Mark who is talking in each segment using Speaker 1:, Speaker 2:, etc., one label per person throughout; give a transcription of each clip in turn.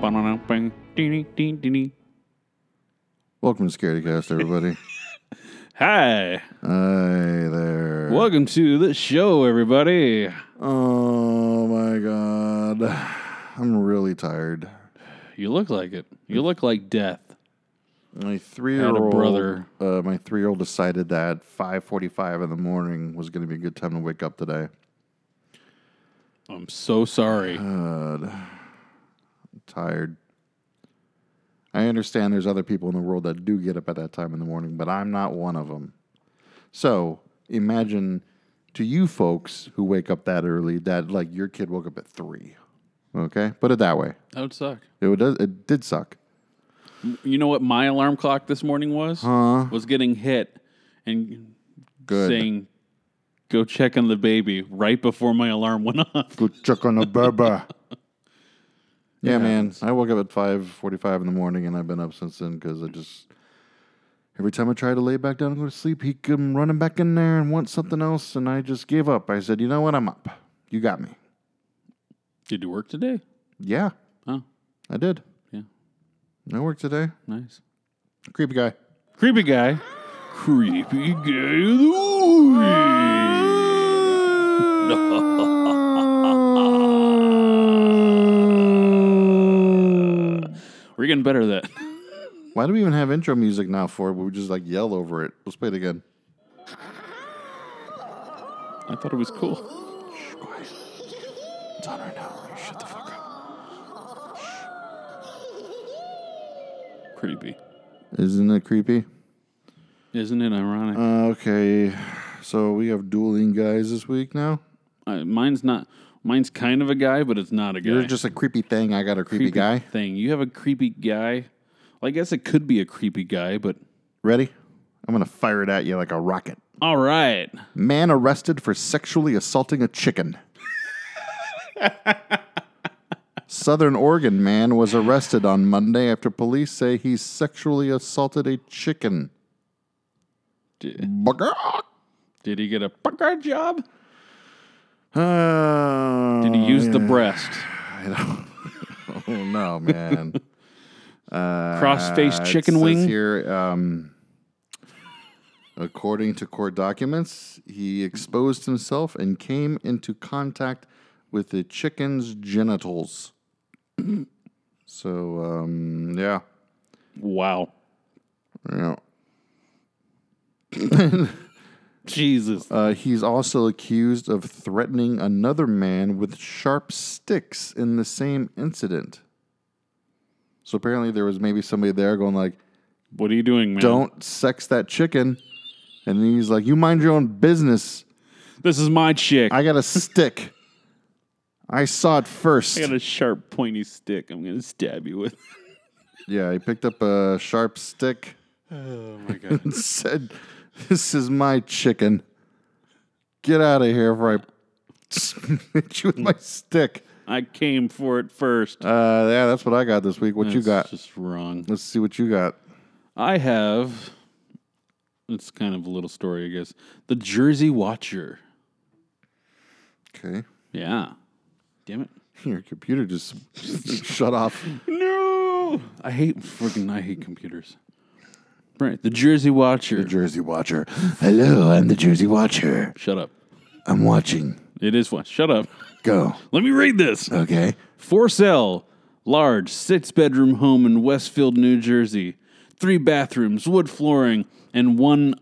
Speaker 1: dun, ding, ding, ding, ding.
Speaker 2: Welcome to Scaredycast, everybody.
Speaker 1: Hi,
Speaker 2: Hi there.
Speaker 1: welcome to the show, everybody.
Speaker 2: Oh my god. I'm really tired.
Speaker 1: You look like it. You look like death.
Speaker 2: My three-year-old
Speaker 1: brother.
Speaker 2: Uh, my three-year-old decided that 5:45 in the morning was going to be a good time to wake up today.
Speaker 1: I'm so sorry.
Speaker 2: God, I'm tired. I understand there's other people in the world that do get up at that time in the morning, but I'm not one of them. So imagine to you folks who wake up that early that like your kid woke up at three. Okay, put it that way.
Speaker 1: That would suck.
Speaker 2: It does. It did suck.
Speaker 1: You know what my alarm clock this morning was? Was getting hit and
Speaker 2: Good.
Speaker 1: saying, "Go check on the baby" right before my alarm went off.
Speaker 2: Go check on the baba. yeah, man. I woke up at five forty-five in the morning, and I've been up since then because I just every time I tried to lay back down and go to sleep, he come running back in there and want something else, and I just gave up. I said, "You know what? I'm up. You got me."
Speaker 1: Did you work today?
Speaker 2: Yeah,
Speaker 1: Oh,
Speaker 2: I did.
Speaker 1: Yeah.
Speaker 2: I worked today.
Speaker 1: nice.
Speaker 2: Creepy guy.
Speaker 1: Creepy guy. Creepy guy. of the week. We're getting better at that.
Speaker 2: Why do we even have intro music now for it? We just like yell over it. Let's play it again.
Speaker 1: I thought it was cool.
Speaker 2: It's on right now. Shut the fuck up.
Speaker 1: Creepy.
Speaker 2: Isn't it creepy?
Speaker 1: Isn't it ironic?
Speaker 2: Uh, okay, so we have dueling guys this week now.
Speaker 1: Uh, mine's not. Mine's kind of a guy, but it's not a guy.
Speaker 2: You're just a creepy thing. I got a creepy, guy.
Speaker 1: thing. You have a creepy guy. Well, I guess it could be a creepy guy, but
Speaker 2: Ready? I'm gonna fire it at you like a rocket.
Speaker 1: all right.
Speaker 2: Man arrested for sexually assaulting a chicken. Southern Oregon man was arrested on Monday after police say he sexually assaulted a chicken.
Speaker 1: Did,
Speaker 2: Bugger.
Speaker 1: did he get a pucker job?
Speaker 2: Uh,
Speaker 1: Did he use the breast?
Speaker 2: Oh no, man.
Speaker 1: Cross-faced
Speaker 2: Uh, it
Speaker 1: chicken
Speaker 2: says
Speaker 1: wing.
Speaker 2: here. Um, according to court documents, he exposed himself and came into contact with the chicken's genitals. so um, yeah,
Speaker 1: Wow.
Speaker 2: yeah.
Speaker 1: Jesus.
Speaker 2: Uh, he's also accused of threatening another man with sharp sticks in the same incident. So apparently, there was maybe somebody there going like,
Speaker 1: What are you doing, man?
Speaker 2: don't sex that chicken. And then he's like, you mind your own business.
Speaker 1: This is my chick. I,
Speaker 2: I got a stick. I saw it first.
Speaker 1: got a sharp, pointy stick. I'm gonna stab you with.
Speaker 2: yeah, he picked up a sharp stick
Speaker 1: Oh my god.
Speaker 2: and said, this is my chicken. Get out of here before I hit you with my stick.
Speaker 1: I came for it first.
Speaker 2: Uh, yeah, that's what I got this week. What you
Speaker 1: That's
Speaker 2: got?
Speaker 1: Just wrong.
Speaker 2: Let's see what you got.
Speaker 1: I have. It's kind of a little story, I guess. The Jersey Watcher.
Speaker 2: Okay.
Speaker 1: Yeah. Damn it.
Speaker 2: Your computer just shut off.
Speaker 1: No. I hate freaking. I hate computers. Right. The Jersey Watcher.
Speaker 2: Jersey Watcher. Hello, I'm the Jersey Watcher.
Speaker 1: Shut up.
Speaker 2: I'm watching.
Speaker 1: It is one. Shut up.
Speaker 2: Go.
Speaker 1: Let me read this.
Speaker 2: Okay.
Speaker 1: For sale, large six bedroom home in Westfield, New Jersey. Three bathrooms, wood flooring, and one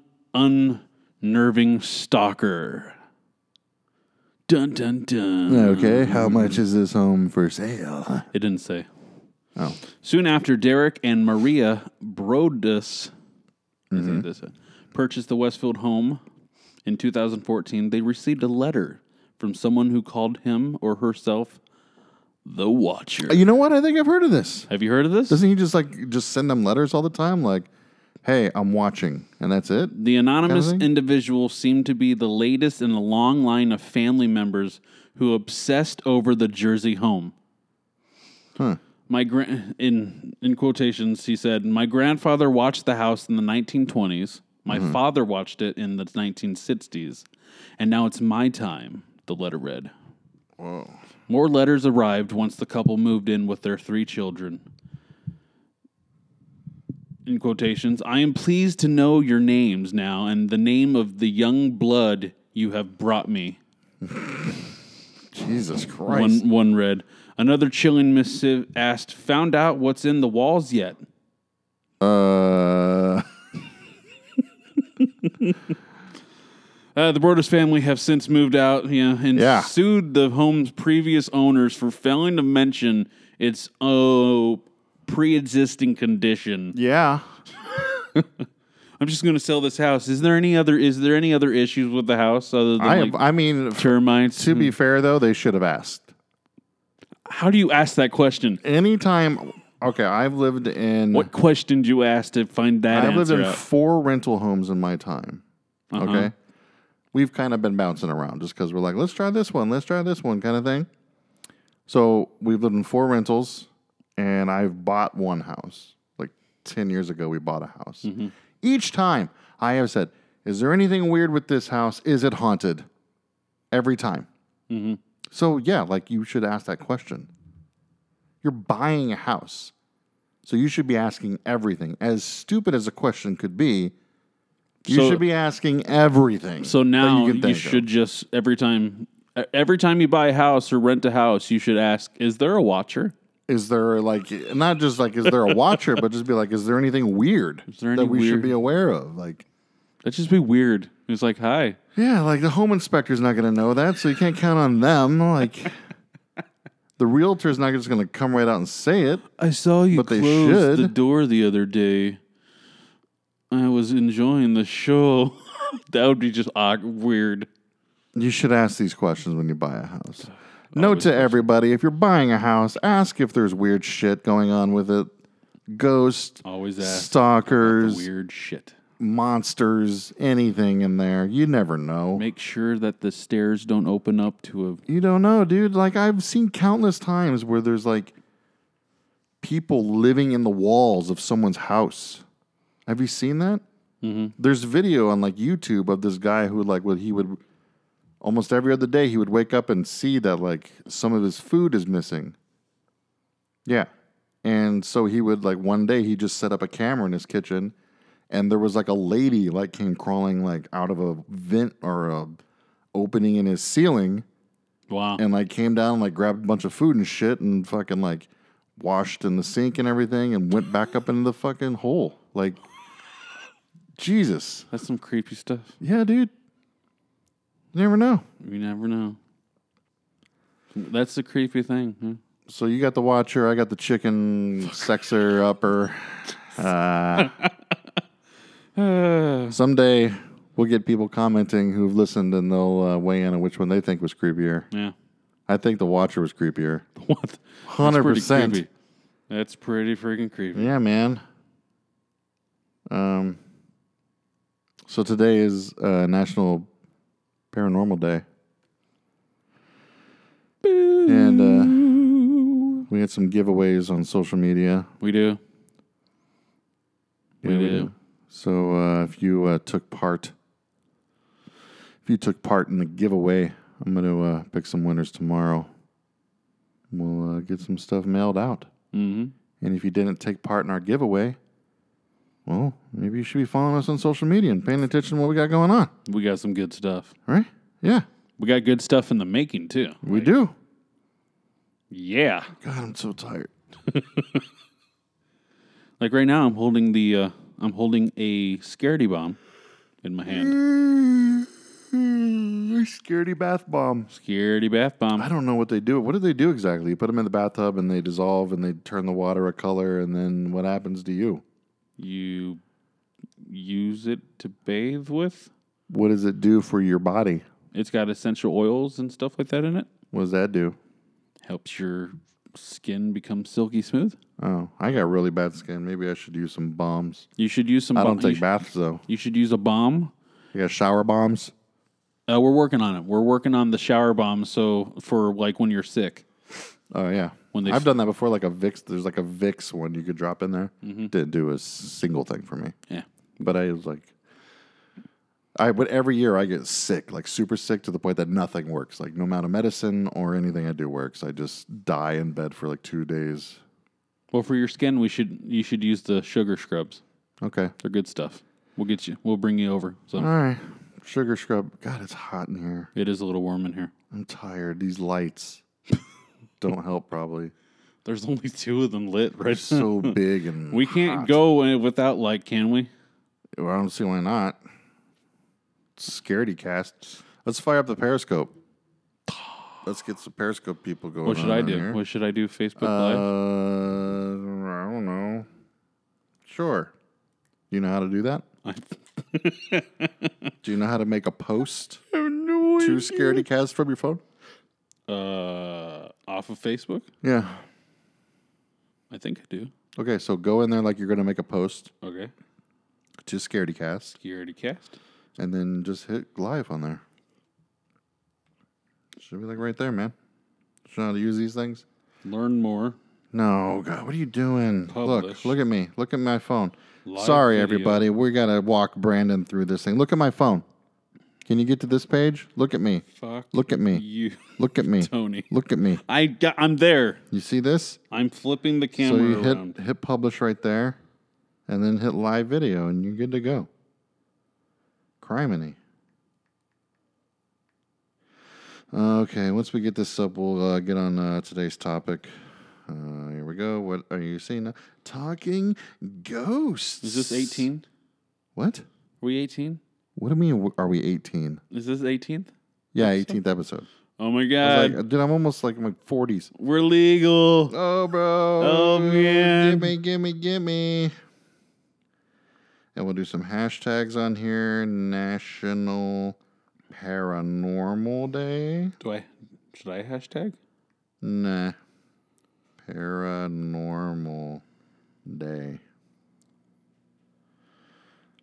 Speaker 1: unnerving stalker. Dun dun dun.
Speaker 2: Okay. How much is this home for sale?
Speaker 1: It didn't say.
Speaker 2: Oh.
Speaker 1: Soon after, Derek and Maria Brodus I
Speaker 2: Mm-hmm.
Speaker 1: think that's it, uh, purchased the Westfield home in 2014. They received a letter from someone who called him or herself the Watcher.
Speaker 2: You know what? I think I've heard of this.
Speaker 1: Have you heard of this?
Speaker 2: Doesn't he just like just send them letters all the time? Like, hey, I'm watching, and that's it.
Speaker 1: The anonymous
Speaker 2: Kind of thing?
Speaker 1: individual seemed to be the latest in a long line of family members who obsessed over the Jersey home.
Speaker 2: Huh.
Speaker 1: My gran- in in quotations, he said, "My grandfather watched the house in the 1920s. My
Speaker 2: Mm-hmm.
Speaker 1: father watched it in the 1960s, and now it's my time." The letter read.
Speaker 2: Whoa.
Speaker 1: More letters arrived once the couple moved in with their three children. in quotations, I am pleased to know your names now and the name of the young blood you have brought me.
Speaker 2: Jesus Christ.
Speaker 1: One, one read. Another chilling missive asked, Found out what's in the walls yet?
Speaker 2: Uh,
Speaker 1: Uh, the Broadus family have since moved out yeah, and
Speaker 2: Yeah.
Speaker 1: sued the home's previous owners for failing to mention its oh, pre existing condition.
Speaker 2: yeah.
Speaker 1: I'm just going to sell this house. Is there any other is there any other issues with the house other than
Speaker 2: I
Speaker 1: like, Hmm.
Speaker 2: I mean, f-
Speaker 1: termites?
Speaker 2: to be fair though, they should have asked.
Speaker 1: How do you ask that question?
Speaker 2: Anytime. Okay, I've lived in.
Speaker 1: What question do you ask to find that
Speaker 2: I've lived
Speaker 1: answer
Speaker 2: in
Speaker 1: out?
Speaker 2: four rental homes in my time. Okay. We've kind of been bouncing around just because we're like, let's try this one, let's try this one kind of thing. So we've lived in four rentals and I've bought one house. Like 10 years ago, we bought a house. Each time I have said, is there anything weird with this house? Is it haunted? Every time.
Speaker 1: Mm-hmm.
Speaker 2: So yeah, like you should ask that question. You're buying a house. So you should be asking everything. As stupid as a question could be, you
Speaker 1: So-
Speaker 2: should be asking everything.
Speaker 1: So
Speaker 2: that
Speaker 1: now you,
Speaker 2: think of.
Speaker 1: should just every time e, every time you buy a house or rent a house, you should ask, is there a watcher?
Speaker 2: Is there like not just like is there a watcher, but just be like, is there anything weird
Speaker 1: there
Speaker 2: that
Speaker 1: any
Speaker 2: we
Speaker 1: weird-
Speaker 2: should be aware of? Like,
Speaker 1: That'd just be weird. It's like, hi.
Speaker 2: yeah, like the home inspector's not going to know that, so you can't count on them. Like, the realtor's not just going to come right out and say it.
Speaker 1: I saw you
Speaker 2: But they
Speaker 1: close the
Speaker 2: should.
Speaker 1: door the other day. I was enjoying the show. that would be just odd, weird.
Speaker 2: You should ask these questions when you buy a house. Note to everybody if you're buying a house, ask if there's weird shit going on with it. Ghosts,
Speaker 1: Always ask the
Speaker 2: stalkers,
Speaker 1: weird shit.
Speaker 2: monsters, anything in there. You never know.
Speaker 1: Make sure that the stairs don't open up to a
Speaker 2: You don't know, dude. Like, I've seen countless times where there's like people living in the walls of someone's house. Have you seen that? Mm-hmm. There's video on like YouTube of this guy who, like, what he would almost every other day, he would wake up and see that like some of his food is missing. Yeah. And so he would, like, one day he just set up a camera in his kitchen and there was like a lady like came crawling like out of a vent or a opening in his ceiling
Speaker 1: wow.
Speaker 2: and like came down and like grabbed a bunch of food and shit and fucking like washed in the sink and everything and went back up into the fucking hole. Like Jesus.
Speaker 1: That's some creepy stuff.
Speaker 2: Yeah, dude. You never know.
Speaker 1: You never know. That's the creepy thing. huh?
Speaker 2: So you got the watcher, I got the chicken sexer upper. Uh, someday we'll get people commenting who've listened and they'll uh, weigh in on which one they think was creepier.
Speaker 1: Yeah.
Speaker 2: I think the watcher was creepier.
Speaker 1: What? the- that's pretty
Speaker 2: 100%.
Speaker 1: creepy. That's pretty freaking creepy.
Speaker 2: Yeah, man. Um. So today is uh, National Paranormal Day, and uh, we had some giveaways on social media.
Speaker 1: We do. We
Speaker 2: Yeah,
Speaker 1: do.
Speaker 2: So uh, if you uh, took part, if you took part in the giveaway, I'm going to uh, pick some winners tomorrow. We'll uh, get some stuff mailed out.
Speaker 1: Mm-hmm.
Speaker 2: And if you didn't take part in our giveaway, well, maybe you should be following us on social media and paying attention to what we got going on,
Speaker 1: We got some good stuff.
Speaker 2: right? Yeah,
Speaker 1: We got good stuff in the making too.
Speaker 2: we do.
Speaker 1: Yeah.
Speaker 2: God, I'm so tired.
Speaker 1: Like right now, I'm holding the uh, I'm holding a scaredy bomb in my hand.
Speaker 2: Scaredy bath bomb.
Speaker 1: Scaredy bath
Speaker 2: I
Speaker 1: bomb.
Speaker 2: don't know what they do. What do they do exactly? You put them in the bathtub and they dissolve and they turn the water a color, and then what happens to you?
Speaker 1: You use it to bathe with.
Speaker 2: What does it do for your body?
Speaker 1: It's got essential oils and stuff like that in it.
Speaker 2: What does that do?
Speaker 1: Helps your skin become silky smooth.
Speaker 2: Oh, I got really bad skin. Maybe I should use some bombs.
Speaker 1: You should use some.
Speaker 2: I
Speaker 1: bomb-
Speaker 2: don't
Speaker 1: you,
Speaker 2: take
Speaker 1: sh-
Speaker 2: baths though.
Speaker 1: you should use a bomb.
Speaker 2: You got shower bombs.
Speaker 1: Uh, we're working on it. We're working on the shower bomb. So for like when you're sick,
Speaker 2: Oh yeah,
Speaker 1: When they
Speaker 2: I've
Speaker 1: s-
Speaker 2: done that before, like a Vix. There's like a Vix one you could drop in there.
Speaker 1: Mm-hmm.
Speaker 2: Didn't do a s- single thing for me,
Speaker 1: yeah,
Speaker 2: but I was like, I but every year I get sick, like super sick to the point that nothing works. Like no amount of medicine or anything I do works. I just die in bed for like two days.
Speaker 1: Well, for your skin, we should you should use the sugar scrubs.
Speaker 2: Okay.
Speaker 1: They're good stuff. We'll get you. We'll bring you over. So
Speaker 2: All right. Sugar scrub. God, it's hot in here.
Speaker 1: it is a little warm in here.
Speaker 2: I'm tired. These lights don't help probably.
Speaker 1: There's only two of them lit,
Speaker 2: They're
Speaker 1: right?
Speaker 2: so big and
Speaker 1: We can't go in it without light, can we?
Speaker 2: Well, I don't see why not. Scaredy cast. Let's fire up the periscope. Let's get some periscope people going.
Speaker 1: What should
Speaker 2: on
Speaker 1: I
Speaker 2: in
Speaker 1: do?
Speaker 2: here.
Speaker 1: What should I do? Facebook
Speaker 2: Uh,
Speaker 1: Live?
Speaker 2: I don't know. Sure. Do you know how to do that? do you know how to make a post
Speaker 1: no
Speaker 2: to Scaredy Cast from your phone?
Speaker 1: Uh, off of Facebook?
Speaker 2: Yeah.
Speaker 1: I think I do.
Speaker 2: Okay, so go in there like you're going to make a post
Speaker 1: Okay.
Speaker 2: to Scaredy Cast
Speaker 1: Security cast.
Speaker 2: and then just hit live on there. Should be like right there, man. Should know how to use these things?
Speaker 1: Learn more.
Speaker 2: No, God, what are you doing?
Speaker 1: Publish.
Speaker 2: Look, look at me. Look at my phone.
Speaker 1: Live
Speaker 2: Sorry,
Speaker 1: video.
Speaker 2: everybody. We got to walk Brandon through this thing. Look at my phone. Can you get to this page? Look at me.
Speaker 1: Fuck
Speaker 2: Look at me.
Speaker 1: you,
Speaker 2: Look at me.
Speaker 1: Tony.
Speaker 2: Look at me.
Speaker 1: I got, I'm there.
Speaker 2: You see this?
Speaker 1: I'm flipping the
Speaker 2: So
Speaker 1: camera
Speaker 2: you
Speaker 1: around.
Speaker 2: hit hit publish right there, and then hit live video, and you're good to go. Criminy. Okay, once we get this up, we'll uh, get on uh, today's topic. Uh, here we go. What are you seeing? Now? Talking ghosts.
Speaker 1: Is this 18?
Speaker 2: What?
Speaker 1: Are we 18?
Speaker 2: What do you mean? Are we 18?
Speaker 1: Is this 18th?
Speaker 2: Yeah, 18th episode.
Speaker 1: Oh my
Speaker 2: I
Speaker 1: god.
Speaker 2: was like, dude, I'm almost like in my 40s.
Speaker 1: We're legal.
Speaker 2: Oh, bro.
Speaker 1: Oh, man.
Speaker 2: Gimme, gimme, gimme. And we'll do some hashtags on here. National Paranormal Day.
Speaker 1: Do I should I hashtag?
Speaker 2: Nah. Paranormal Day.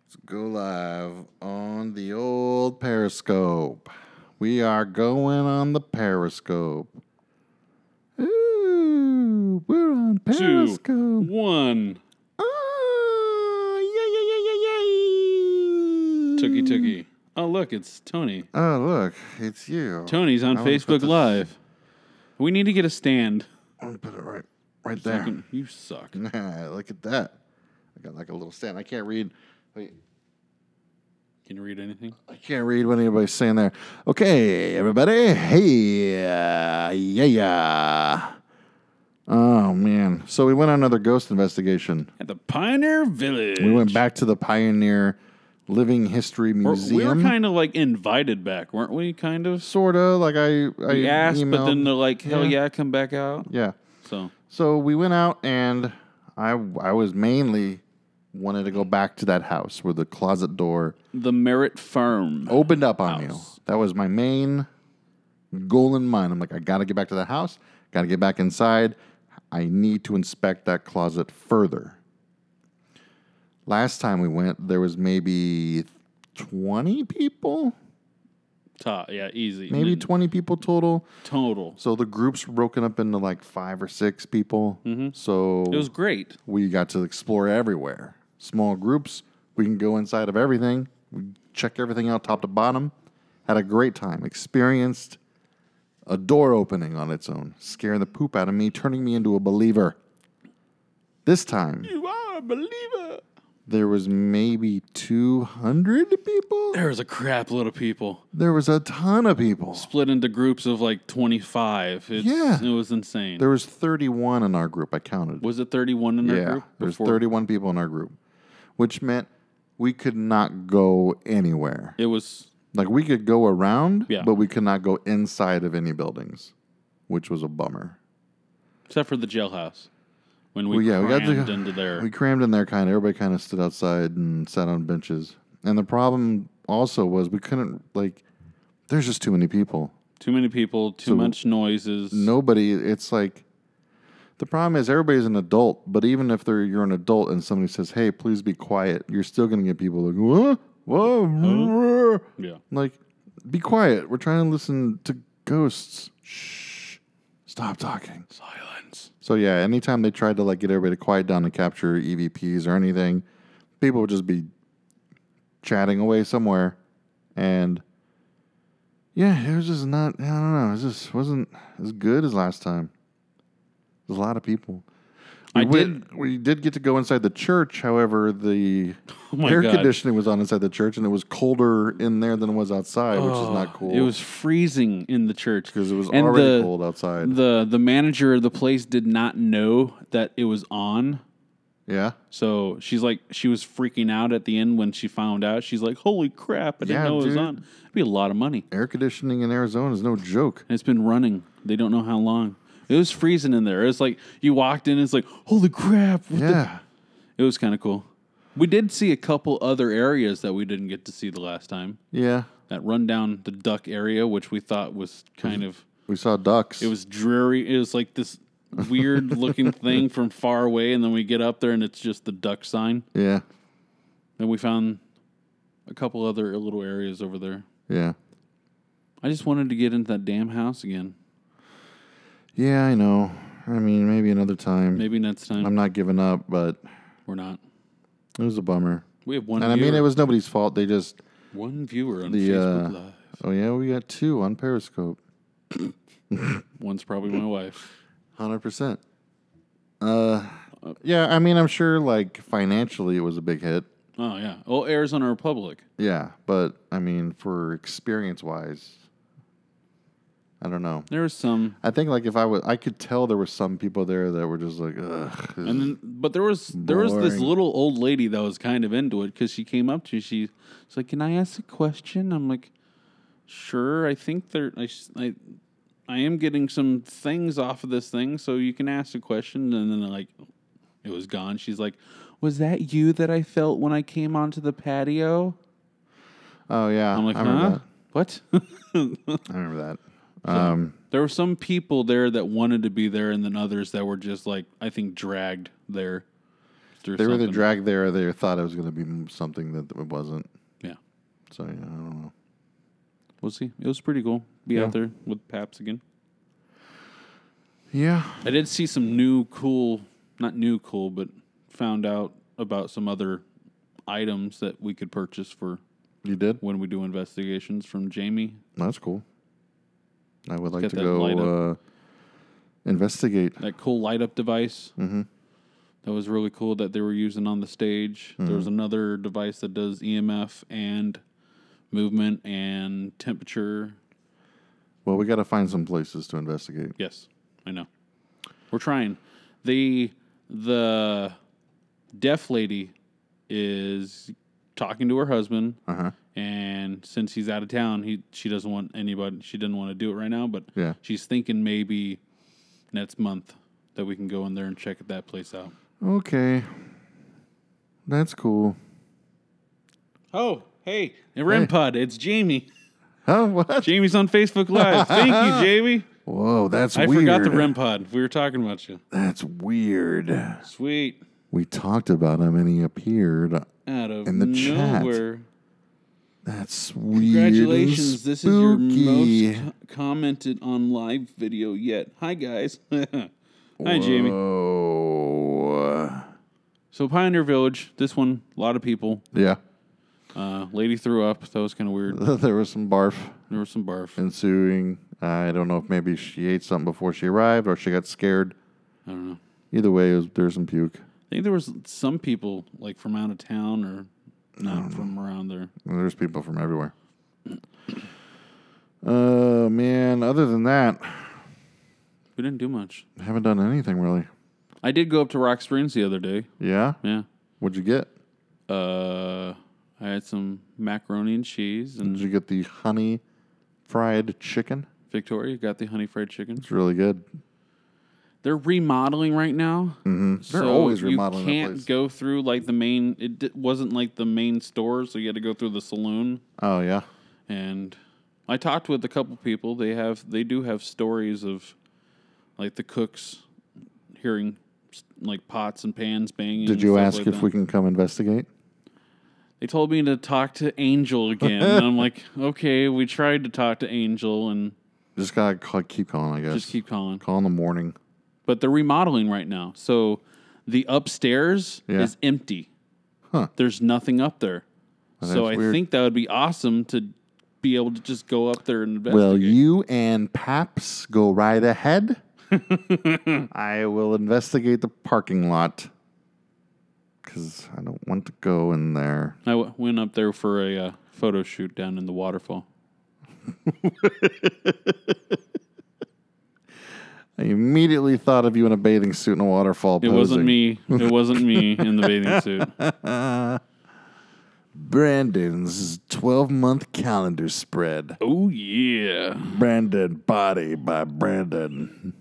Speaker 2: Let's go live on the old Periscope. We are going on the Periscope. Ooh, we're on Periscope.
Speaker 1: One.
Speaker 2: Oh, yeah, yeah, yeah, yeah,
Speaker 1: Tookie
Speaker 2: yeah.
Speaker 1: Tookie. Oh look, it's Tony.
Speaker 2: Oh, look, it's you.
Speaker 1: Tony's on
Speaker 2: I wanna put
Speaker 1: Facebook
Speaker 2: this-
Speaker 1: Live. We need to get a stand.
Speaker 2: I'm gonna put it right, right there.
Speaker 1: Fucking- You suck.
Speaker 2: Nah, look at that. I got like a little stand. I can't read. Wait,
Speaker 1: Can you read anything?
Speaker 2: I can't read what anybody's saying there. Okay, everybody. Hey, uh, yeah, yeah. Oh man. So we went on another ghost investigation.
Speaker 1: At the Pioneer Village.
Speaker 2: We went back to the Pioneer Living History
Speaker 1: We're-
Speaker 2: Museum.
Speaker 1: We were kind of like invited back, weren't we? Kind of.
Speaker 2: sort of like I, I
Speaker 1: We asked, but
Speaker 2: emailed-
Speaker 1: then they're like, "Hell
Speaker 2: Yeah.
Speaker 1: yeah, come back out."
Speaker 2: yeah.
Speaker 1: So
Speaker 2: So we went out and I I was mainly wanted to go back to that house where the closet door
Speaker 1: the Merritt Farm.
Speaker 2: opened up on
Speaker 1: House.
Speaker 2: you. That was my main goal in mind. I'm like, I gotta get back to the house, gotta get back inside. I need to inspect that closet further. Last time we went, there was maybe 20 people,
Speaker 1: Ta- yeah, easy. And
Speaker 2: maybe
Speaker 1: then
Speaker 2: 20 people total.
Speaker 1: total.
Speaker 2: So the group's broken up into like five or six people. So
Speaker 1: Mm-hmm. It was great.
Speaker 2: we got to explore everywhere. Small groups, we can go inside of everything, we check everything out top to bottom. Had a great time. Experienced a door opening on its own, scaring the poop out of me, turning me into a believer. This time,
Speaker 1: You are a believer.
Speaker 2: there was maybe 200 people.
Speaker 1: There was a crap load of people
Speaker 2: There was a ton of people.
Speaker 1: split into groups of like twenty five.
Speaker 2: Yeah.
Speaker 1: it was insane.
Speaker 2: There was 31 in our group, I counted.
Speaker 1: was it thirty one in their
Speaker 2: Yeah,
Speaker 1: group?
Speaker 2: there's 31 people in our group, which meant we could not go anywhere.
Speaker 1: It was
Speaker 2: Like we could go around,
Speaker 1: Yeah.
Speaker 2: but we could not go inside of any buildings, which was a bummer.
Speaker 1: except for the jailhouse when we
Speaker 2: Well, yeah, we got
Speaker 1: crammed
Speaker 2: to-
Speaker 1: into there.
Speaker 2: We crammed in there kind of. Everybody kind of stood outside and sat on benches. And the problem also was we couldn't like. There's just too many people.
Speaker 1: too many people, too much noises.
Speaker 2: Nobody. It's like. The problem is everybody's an adult, but even if they're you're an adult and somebody says, "Hey, please be quiet," you're still going to get people like, "Whoa, whoa,
Speaker 1: Yeah.
Speaker 2: Like, be quiet. We're trying to listen to ghosts. Shh. Stop talking.
Speaker 1: Silence.
Speaker 2: So yeah, anytime they tried to like get everybody to quiet down and capture EVPs or anything, people would just be chatting away somewhere, and yeah, it was just not. I don't know. It just wasn't as good as last time. There's a lot of people.
Speaker 1: I
Speaker 2: we,
Speaker 1: did.
Speaker 2: we did get to go inside the church. However, the
Speaker 1: Oh my
Speaker 2: air
Speaker 1: God.
Speaker 2: conditioning was on inside the church, and it was colder in there than it was outside, which is not cool.
Speaker 1: Oh, It was freezing in the church
Speaker 2: because it was
Speaker 1: And
Speaker 2: already
Speaker 1: the-
Speaker 2: cold outside.
Speaker 1: The the manager of the place did not know that it was on.
Speaker 2: yeah,
Speaker 1: So she's like, she was freaking out at the end when she found out. She's like, "Holy crap! I didn't
Speaker 2: Yeah,
Speaker 1: know it was
Speaker 2: dude.
Speaker 1: on. It'd be a lot of money."
Speaker 2: air conditioning in Arizona is no joke.
Speaker 1: And it's been running. They don't know how long. It was freezing in there. It's like you walked in. It's like, "Holy crap!" what the-"
Speaker 2: Yeah,
Speaker 1: It was kind of cool. We did see a couple other areas that we didn't get to see the last time.
Speaker 2: yeah.
Speaker 1: That run down the duck area, which we thought was kind of.
Speaker 2: We saw ducks.
Speaker 1: It was dreary. It was like this weird looking thing from far away, and then we get up there and it's just the duck sign.
Speaker 2: yeah,
Speaker 1: Then we found a couple other little areas over there.
Speaker 2: yeah,
Speaker 1: I just wanted to get into that damn house again.
Speaker 2: yeah. I know. I mean, maybe another time.
Speaker 1: Maybe next time
Speaker 2: I'm not giving up, but
Speaker 1: we're not.
Speaker 2: it was a bummer.
Speaker 1: We have one.
Speaker 2: And I
Speaker 1: viewer,
Speaker 2: mean, it was nobody's fault. They just,
Speaker 1: one viewer on
Speaker 2: The,
Speaker 1: Facebook
Speaker 2: uh,
Speaker 1: Live.
Speaker 2: oh yeah, we got two on Periscope.
Speaker 1: One's probably my wife.
Speaker 2: Hundred percent. Uh, yeah. I mean, I'm sure like financially it was a big hit.
Speaker 1: Oh yeah. Oh, Arizona Republic.
Speaker 2: Yeah, but I mean, for experience wise, I don't know.
Speaker 1: There was some,
Speaker 2: I think like if I was, I could tell there were some people there that were just like, ugh.
Speaker 1: and
Speaker 2: this is-
Speaker 1: then but there was there was this
Speaker 2: Boring.
Speaker 1: little old lady that was kind of into it because she came up to you. She, she's like, "Can I ask a question?" I'm like, "Sure." I think there. I s- I I am getting some things off of this thing, so you can ask a question. And then like, it was gone. She's like, "Was that you that I felt when I came onto the patio?"
Speaker 2: oh yeah,
Speaker 1: I'm like,
Speaker 2: I
Speaker 1: "Huh?
Speaker 2: remember
Speaker 1: What?"
Speaker 2: that. I remember that. Um,
Speaker 1: There were some people there that wanted to be there, and then others that were just like I think dragged there. through
Speaker 2: they were the
Speaker 1: something.
Speaker 2: drag there. They thought it was going to be something that it wasn't.
Speaker 1: yeah.
Speaker 2: So yeah, I don't know.
Speaker 1: We'll see. It was pretty cool. Be
Speaker 2: Yeah.
Speaker 1: out there with Paps again.
Speaker 2: Yeah,
Speaker 1: I did see some new cool, not new cool, but found out about some other items that we could purchase for
Speaker 2: you did.
Speaker 1: when we do investigations from Jamie.
Speaker 2: That's cool. I would like
Speaker 1: get
Speaker 2: to
Speaker 1: that light
Speaker 2: go uh,
Speaker 1: up.
Speaker 2: investigate.
Speaker 1: That cool light up device. Mm-hmm. That was really cool that they were using on the stage. There was another device that does EMF and movement and temperature.
Speaker 2: Well, we got to find some places to investigate.
Speaker 1: Yes, I know. We're trying. The the deaf lady is talking to her husband,
Speaker 2: Uh huh.
Speaker 1: and since he's out of town, he she doesn't want anybody. She didn't want to do it right now, but
Speaker 2: Yeah.
Speaker 1: she's thinking maybe next month that we can go in there and check that place out.
Speaker 2: Okay. That's cool.
Speaker 1: Oh, hey, Rimpod, it's Jamie.
Speaker 2: Huh? What?
Speaker 1: Jamie's on Facebook Live. Thank you, Jamie.
Speaker 2: Whoa, that's
Speaker 1: I
Speaker 2: weird.
Speaker 1: forgot the Rimpod. We were talking about you.
Speaker 2: That's weird.
Speaker 1: Sweet.
Speaker 2: We talked about him and he appeared.
Speaker 1: Out of
Speaker 2: In the chat.
Speaker 1: nowhere.
Speaker 2: That's weird. and
Speaker 1: Congratulations, this is your
Speaker 2: spooky.
Speaker 1: most co- commented on live video yet. Hi, guys. Hi, Jamie. uh,
Speaker 2: Whoa.
Speaker 1: So, Pioneer Village, this one, a lot of people.
Speaker 2: Yeah.
Speaker 1: Uh, lady threw up. That was kind of weird.
Speaker 2: there was some barf
Speaker 1: There was some barf.
Speaker 2: ensuing. I don't know if maybe she ate something before she arrived or she got scared.
Speaker 1: I don't know.
Speaker 2: Either way, it was, there was some puke.
Speaker 1: I think there was some people like from out of town or not from around there.
Speaker 2: Well, There's people from everywhere. Uh, man, other than that,
Speaker 1: We didn't do much.
Speaker 2: haven't done anything really.
Speaker 1: I did go up to Rock Springs the other day.
Speaker 2: Yeah?
Speaker 1: Yeah.
Speaker 2: What'd you get?
Speaker 1: Uh, I had some macaroni and cheese, and
Speaker 2: Did you get the honey fried chicken?
Speaker 1: Victoria got the honey fried chicken.
Speaker 2: It's really good.
Speaker 1: They're remodeling right now. Mm-hmm.
Speaker 2: They're always remodeling that
Speaker 1: You can't
Speaker 2: place.
Speaker 1: go through like the main. It di- wasn't like the main store, so you had to go through the saloon.
Speaker 2: Oh, yeah.
Speaker 1: And I talked with a couple people. They have they do have stories of like the cooks hearing s- like pots and pans banging.
Speaker 2: Did
Speaker 1: and
Speaker 2: you
Speaker 1: stuff
Speaker 2: ask
Speaker 1: like
Speaker 2: if
Speaker 1: that.
Speaker 2: we can come investigate?
Speaker 1: They told me to talk to Angel again, and I'm like, okay. We tried to talk to Angel and
Speaker 2: Just gotta ca- keep calling, I guess.
Speaker 1: just keep calling.
Speaker 2: call in the morning.
Speaker 1: but they're remodeling right now. So the upstairs
Speaker 2: Yeah.
Speaker 1: is empty.
Speaker 2: Huh.
Speaker 1: There's nothing up there. so
Speaker 2: that's
Speaker 1: I
Speaker 2: weird.
Speaker 1: think that would be awesome to be able to just go up there and investigate.
Speaker 2: Well, you and Paps go right ahead. I will investigate the parking lot because I don't want to go in there.
Speaker 1: I w- went up there for a uh, photo shoot down in the waterfall.
Speaker 2: I immediately thought of you in a bathing suit in a waterfall.
Speaker 1: It wasn't me. It wasn't me in the bathing suit.
Speaker 2: Brandon's 12 month calendar spread.
Speaker 1: Oh yeah.
Speaker 2: Brandon Body by Brandon.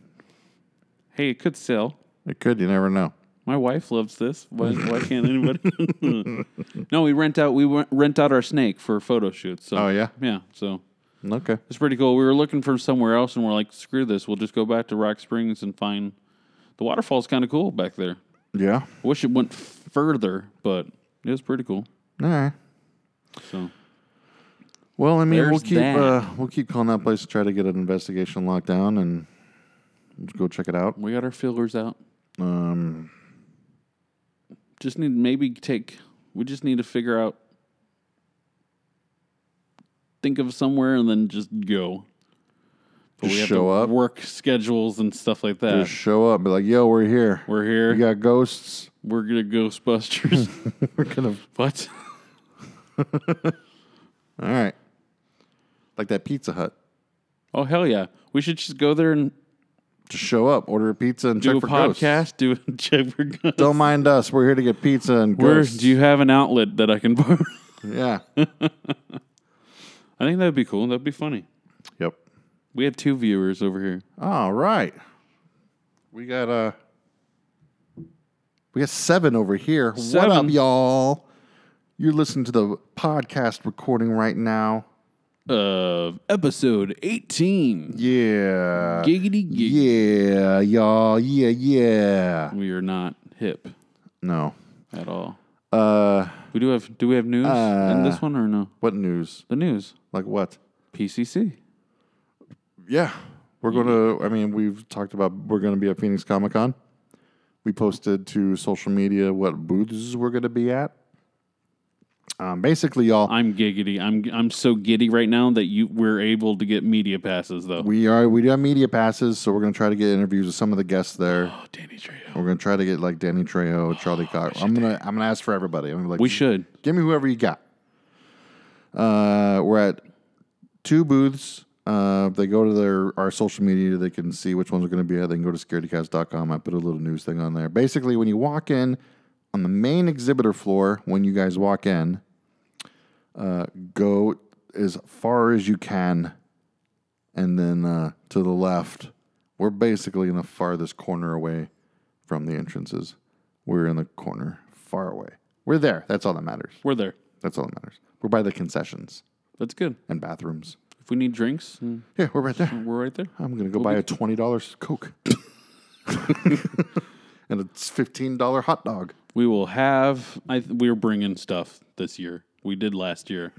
Speaker 1: Hey, it could sell.
Speaker 2: It could, you never know.
Speaker 1: My wife loves this. Why, why can't anybody? no, we rent out. We went- rent out our snake for photo shoots. So,
Speaker 2: Oh, yeah?
Speaker 1: yeah. So
Speaker 2: Okay.
Speaker 1: it's pretty cool. We were looking for somewhere else, and we're like, screw this. We'll just go back to Rock Springs and find the waterfall's kind of cool back there.
Speaker 2: Yeah.
Speaker 1: Wish it went further, but it was pretty cool.
Speaker 2: All right.
Speaker 1: So
Speaker 2: Well, I mean, we'll
Speaker 1: There's
Speaker 2: keep
Speaker 1: that.
Speaker 2: uh, we'll keep calling that place to try to get an investigation locked down and go check it out.
Speaker 1: we got our fillers out.
Speaker 2: Um,
Speaker 1: Just need maybe take. We just need to figure out. Think of somewhere and then just go. But
Speaker 2: Just
Speaker 1: we have
Speaker 2: show
Speaker 1: to
Speaker 2: up?
Speaker 1: work schedules and stuff like that.
Speaker 2: just show up, be like, "Yo, we're here.
Speaker 1: We're here.
Speaker 2: We got ghosts.
Speaker 1: We're gonna Ghostbusters.
Speaker 2: we're gonna.
Speaker 1: what?
Speaker 2: All right. Like that Pizza Hut.
Speaker 1: Oh hell yeah! We should just go there and
Speaker 2: Just show up, order a pizza, and
Speaker 1: do
Speaker 2: check
Speaker 1: a
Speaker 2: for ghosts.
Speaker 1: podcast. Do a check for ghosts.
Speaker 2: Don't mind us. We're here to get pizza and
Speaker 1: Where
Speaker 2: ghosts.
Speaker 1: do you have an outlet that I can borrow?
Speaker 2: yeah.
Speaker 1: I think that'd be cool. That'd be funny.
Speaker 2: yep.
Speaker 1: We have two viewers over here.
Speaker 2: All right. We got uh we got seven over here. What up,
Speaker 1: Seven.
Speaker 2: y'all? You're listening to the podcast recording right now.
Speaker 1: Of episode eighteen.
Speaker 2: Yeah.
Speaker 1: Giggity gig.
Speaker 2: Yeah, y'all. Yeah, yeah.
Speaker 1: We are not hip
Speaker 2: No.
Speaker 1: at all.
Speaker 2: Uh
Speaker 1: We do have. Do we have news in
Speaker 2: Uh,
Speaker 1: this one or no?
Speaker 2: what news?
Speaker 1: The news.
Speaker 2: Like what?
Speaker 1: PCC.
Speaker 2: Yeah. We're going to I mean, we've talked about we're going to be at Phoenix Comic-Con. We posted to social media what booths we're going to be at. Um, basically, y'all,
Speaker 1: I'm giggity. I'm I'm so giddy right now that you we're able to get media passes though.
Speaker 2: We are we do have media passes, so we're gonna try to get interviews with some of the guests there.
Speaker 1: oh, Danny Trejo.
Speaker 2: We're gonna try to get like Danny Trejo, Charlie Cox. I'm gonna I'm gonna ask for everybody. I'm gonna be like
Speaker 1: We should.
Speaker 2: give me whoever you got. Uh, we're at two booths. Uh, if they go to their our social media, they can see which ones are going to be at. They can go to scaredycast.com. I put a little news thing on there. Basically, when you walk in on the main exhibitor floor, when you guys walk in, uh, go as far as you can, and then uh, to the left. We're basically in the farthest corner away from the entrances. We're in the corner, far away. We're there. That's all that matters.
Speaker 1: We're there.
Speaker 2: That's all that matters. We're by the concessions
Speaker 1: That's good.
Speaker 2: and bathrooms.
Speaker 1: If we need drinks, mm,
Speaker 2: Yeah, we're right there.
Speaker 1: we're right there.
Speaker 2: I'm gonna go buy a twenty dollars Coke and a fifteen dollar hot dog.
Speaker 1: We will have. I th- we're bringing stuff this year. We did last year.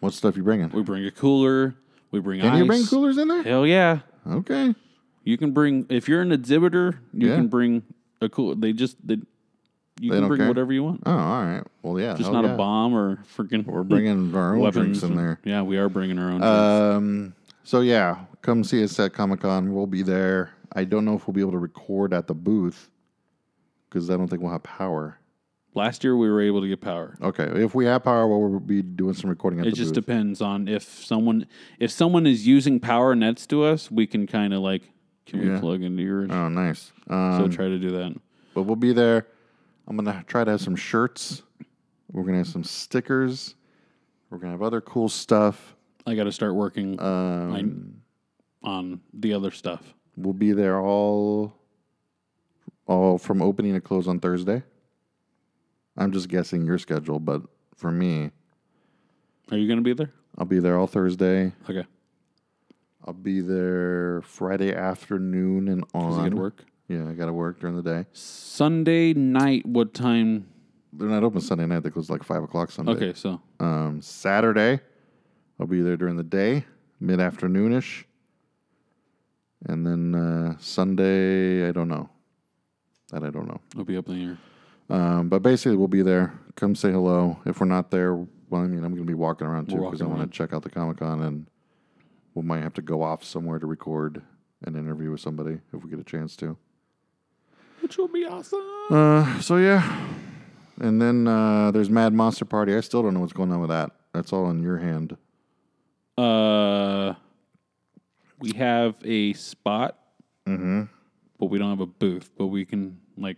Speaker 2: What stuff you bringing?
Speaker 1: We bring a cooler. We bring
Speaker 2: Can
Speaker 1: ice.
Speaker 2: you bring coolers in there?
Speaker 1: Hell yeah!
Speaker 2: Okay.
Speaker 1: You can bring if you're an exhibitor. You
Speaker 2: Yeah.
Speaker 1: can bring a cool. They just they. You
Speaker 2: don't
Speaker 1: can bring
Speaker 2: care?
Speaker 1: whatever you want.
Speaker 2: Oh, all right. Well, yeah.
Speaker 1: Just
Speaker 2: hell
Speaker 1: not
Speaker 2: yeah.
Speaker 1: a bomb or freaking.
Speaker 2: We're bringing our own
Speaker 1: weapons
Speaker 2: drinks in
Speaker 1: and-
Speaker 2: there.
Speaker 1: Yeah, we are bringing our own.
Speaker 2: Um. So yeah, come see us at Comic Con. We'll be there. I don't know if we'll be able to record at the booth because I don't think we'll have power.
Speaker 1: drinks. Last year we were able to get power.
Speaker 2: Okay, if we have power, we'll be doing some recording at
Speaker 1: It
Speaker 2: the
Speaker 1: just
Speaker 2: booth.
Speaker 1: depends on if someone if someone is using power nets to us, we can kind of like can
Speaker 2: Yeah.
Speaker 1: we plug into yours?
Speaker 2: oh, nice.
Speaker 1: so
Speaker 2: Um,
Speaker 1: try to do that.
Speaker 2: but we'll be there. I'm gonna try to have some shirts. We're gonna have some stickers. We're gonna have other cool stuff.
Speaker 1: I got to start working
Speaker 2: Um,
Speaker 1: on the other stuff.
Speaker 2: We'll be there all, all from opening to close on Thursday. I'm just guessing your schedule, but for me,
Speaker 1: Are you going to be there?
Speaker 2: I'll be there all Thursday.
Speaker 1: Okay,
Speaker 2: I'll be there Friday afternoon and on.
Speaker 1: is it going to work?
Speaker 2: Yeah, I gotta work during the day.
Speaker 1: Sunday night, what time?
Speaker 2: They're not open Sunday night. They close like five o'clock Sunday.
Speaker 1: Okay, so
Speaker 2: Um, Saturday, I'll be there during the day, mid afternoonish, and then uh, Sunday, I don't know. That I don't know.
Speaker 1: I'll be up in the air.
Speaker 2: Um, but basically, we'll be there. Come say hello. If we're not there, well, I mean, I'm going to be walking around too
Speaker 1: We're
Speaker 2: because I
Speaker 1: walking
Speaker 2: want
Speaker 1: around.
Speaker 2: to check out the Comic Con and we might have to go off somewhere to record an interview with somebody if we get a chance to.
Speaker 1: Which will be awesome.
Speaker 2: Uh, so yeah, and then uh, there's Mad Monster Party. I still don't know what's going on with that. That's all in your hand.
Speaker 1: Uh, we have a spot, Mm-hmm. but we don't have a booth. But we can like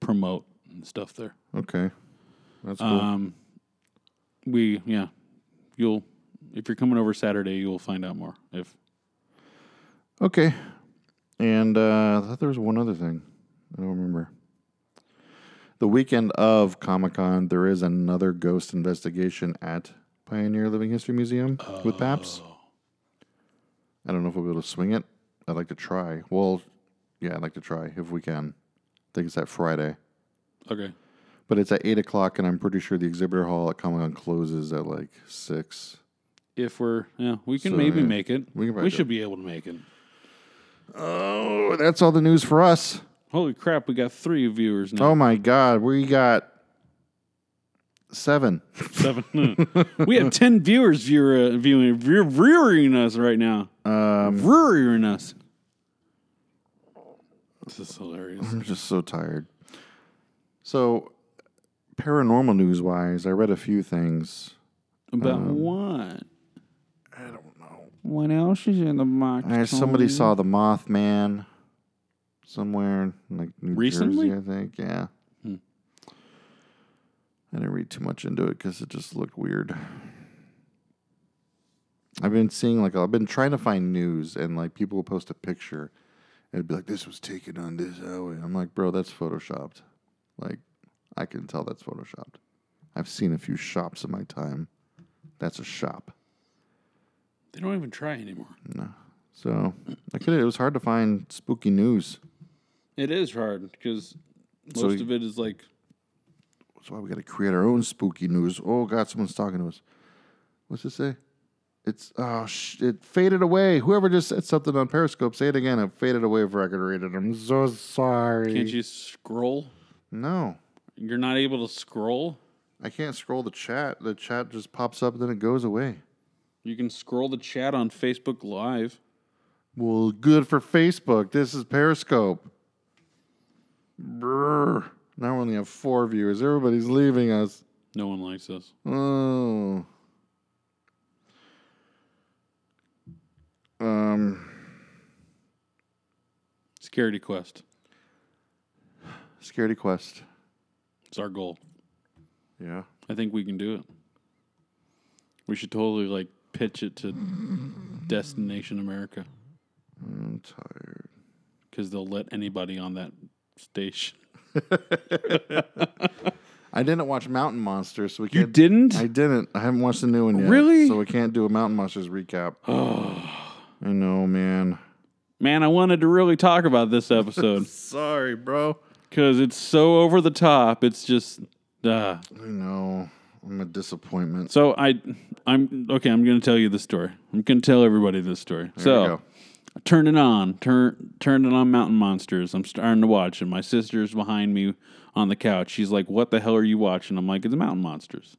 Speaker 1: promote and stuff there.
Speaker 2: Okay, Uh, that's cool.
Speaker 1: Um, we yeah, you'll if you're coming over Saturday, you'll find out more. If
Speaker 2: Okay. And uh, I thought there was one other thing. I don't remember. The weekend of Comic Con, there is another ghost investigation at Pioneer Living History Museum with Paps. I don't know if we'll be able to swing it. I'd like to try. Well, yeah, I'd like to try if we can. I think it's that Friday.
Speaker 1: okay,
Speaker 2: But it's at 8 o'clock, and I'm pretty sure the exhibitor hall at Comic Con closes at like 6.
Speaker 1: if we're yeah, we can
Speaker 2: So,
Speaker 1: maybe
Speaker 2: yeah,
Speaker 1: make it.
Speaker 2: we can probably
Speaker 1: we
Speaker 2: do
Speaker 1: should be able to make it.
Speaker 2: Oh, that's all the news for us.
Speaker 1: Holy crap, we got three viewers now.
Speaker 2: Oh my God, we got seven.
Speaker 1: Seven. we have ten viewers viewer, viewing view- viewing us right now. Um, viewing us. This is hilarious.
Speaker 2: I'm just so tired. So, paranormal news wise, I read a few things.
Speaker 1: About
Speaker 2: Um,
Speaker 1: what? I don't know. What else is in the box?
Speaker 2: Uh, somebody saw the Mothman somewhere, in, like New
Speaker 1: Recently?
Speaker 2: Jersey, I think. Yeah. I didn't read too much into it because it just looked weird. I've been seeing like I've been trying to find news and like people will post a picture and it'd be like this was taken on this hour. I'm like, bro, that's photoshopped. Like, I can tell that's photoshopped. I've seen a few shops in my time. That's a shop.
Speaker 1: They don't even try anymore.
Speaker 2: So I could. It was hard to find spooky news.
Speaker 1: It is hard because
Speaker 2: So
Speaker 1: most
Speaker 2: you-
Speaker 1: of it is like
Speaker 2: That's why we got to create our own spooky news. Oh God, someone's talking to us. What's it say? It's oh sh- it faded away. Whoever just said something on Periscope, say it again. It faded away if I could read it. I'm so sorry.
Speaker 1: can't you scroll?
Speaker 2: No,
Speaker 1: You're not able to scroll.
Speaker 2: I can't scroll the chat. The chat just pops up and then it goes away.
Speaker 1: You can scroll the chat on Facebook Live.
Speaker 2: Well, good for Facebook. This is Periscope. Brr. Now we only have four viewers. Everybody's leaving us.
Speaker 1: No one likes us.
Speaker 2: Oh. Um,
Speaker 1: Scaredy Quest.
Speaker 2: Scaredy Quest.
Speaker 1: It's our goal.
Speaker 2: Yeah.
Speaker 1: I think we can do it. We should totally like pitch it to Destination America
Speaker 2: I'm tired.
Speaker 1: because they'll let anybody on that station.
Speaker 2: I didn't watch Mountain Monsters, so we
Speaker 1: You
Speaker 2: can't.
Speaker 1: didn't?
Speaker 2: I didn't. I haven't watched the new one yet.
Speaker 1: Really?
Speaker 2: So we can't do a Mountain Monsters recap. Oh. I know, man.
Speaker 1: Man, I wanted to really talk about this episode
Speaker 2: Sorry, bro.
Speaker 1: because it's so over the top. It's just. Uh.
Speaker 2: I know. I'm a disappointment.
Speaker 1: So I, I'm okay. I'm going to tell you the story. I'm going to tell everybody this story.
Speaker 2: There
Speaker 1: so
Speaker 2: we go.
Speaker 1: turned it on. Turn turned it on Mountain Monsters. I'm starting to watch, and my sister's behind me on the couch. She's like, "What the hell are you watching?" I'm like, "It's Mountain Monsters."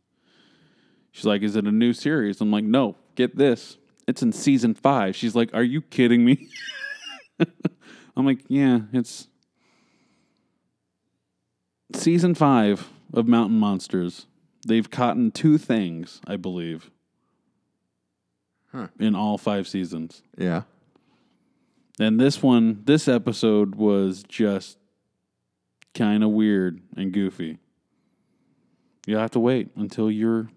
Speaker 1: She's like, "Is it a new series?" I'm like, "No. Get this. It's in season five. She's like, "Are you kidding me?" I'm like, "Yeah, it's season five of Mountain Monsters. They've cotton two things, I believe,
Speaker 2: Huh.
Speaker 1: in all five seasons."
Speaker 2: Yeah.
Speaker 1: And this one, this episode was just kind of weird and goofy. You'll have to wait until you're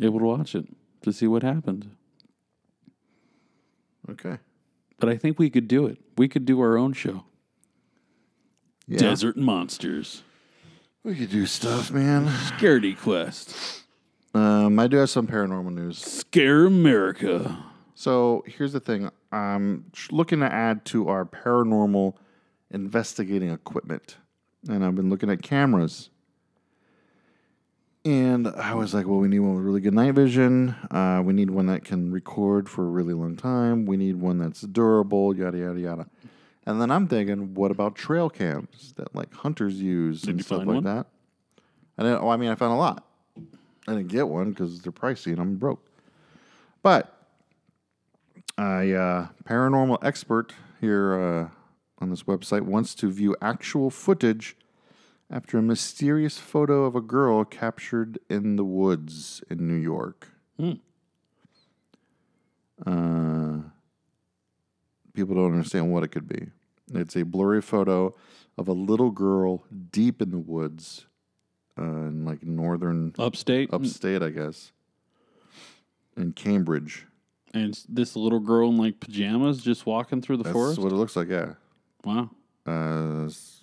Speaker 1: able to watch it to see what happened.
Speaker 2: Okay.
Speaker 1: But I think we could do it. We could do our own show
Speaker 2: Yeah.
Speaker 1: Desert Monsters,
Speaker 2: We could do stuff, man.
Speaker 1: Scaredy Quest,
Speaker 2: Um, I do have some paranormal news.
Speaker 1: Scare America.
Speaker 2: So here's the thing I'm tr- looking to add to our paranormal investigating equipment. And I've been looking at cameras. And I was like, well, we need one with really good night vision. Uh, we need one that can record for a really long time. We need one that's durable, yada, yada, yada. And then I'm thinking, what about trail cams that like hunters use and
Speaker 1: you
Speaker 2: stuff
Speaker 1: find
Speaker 2: like
Speaker 1: one?
Speaker 2: that? I didn't, oh, I mean, I found a lot. I didn't get one because they're pricey and I'm broke. But a uh, paranormal expert here uh, on this website wants to view actual footage after a mysterious photo of a girl captured in the woods in New York.
Speaker 1: Hmm.
Speaker 2: Uh, people don't understand what it could be. It's a blurry photo of a little girl deep in the woods uh, in like northern
Speaker 1: Mm. Upstate.
Speaker 2: upstate, I guess, in Cambridge.
Speaker 1: And it's this little girl in like pajamas just walking through the
Speaker 2: That's
Speaker 1: forest.
Speaker 2: what it looks like, yeah.
Speaker 1: wow.
Speaker 2: Uh, s-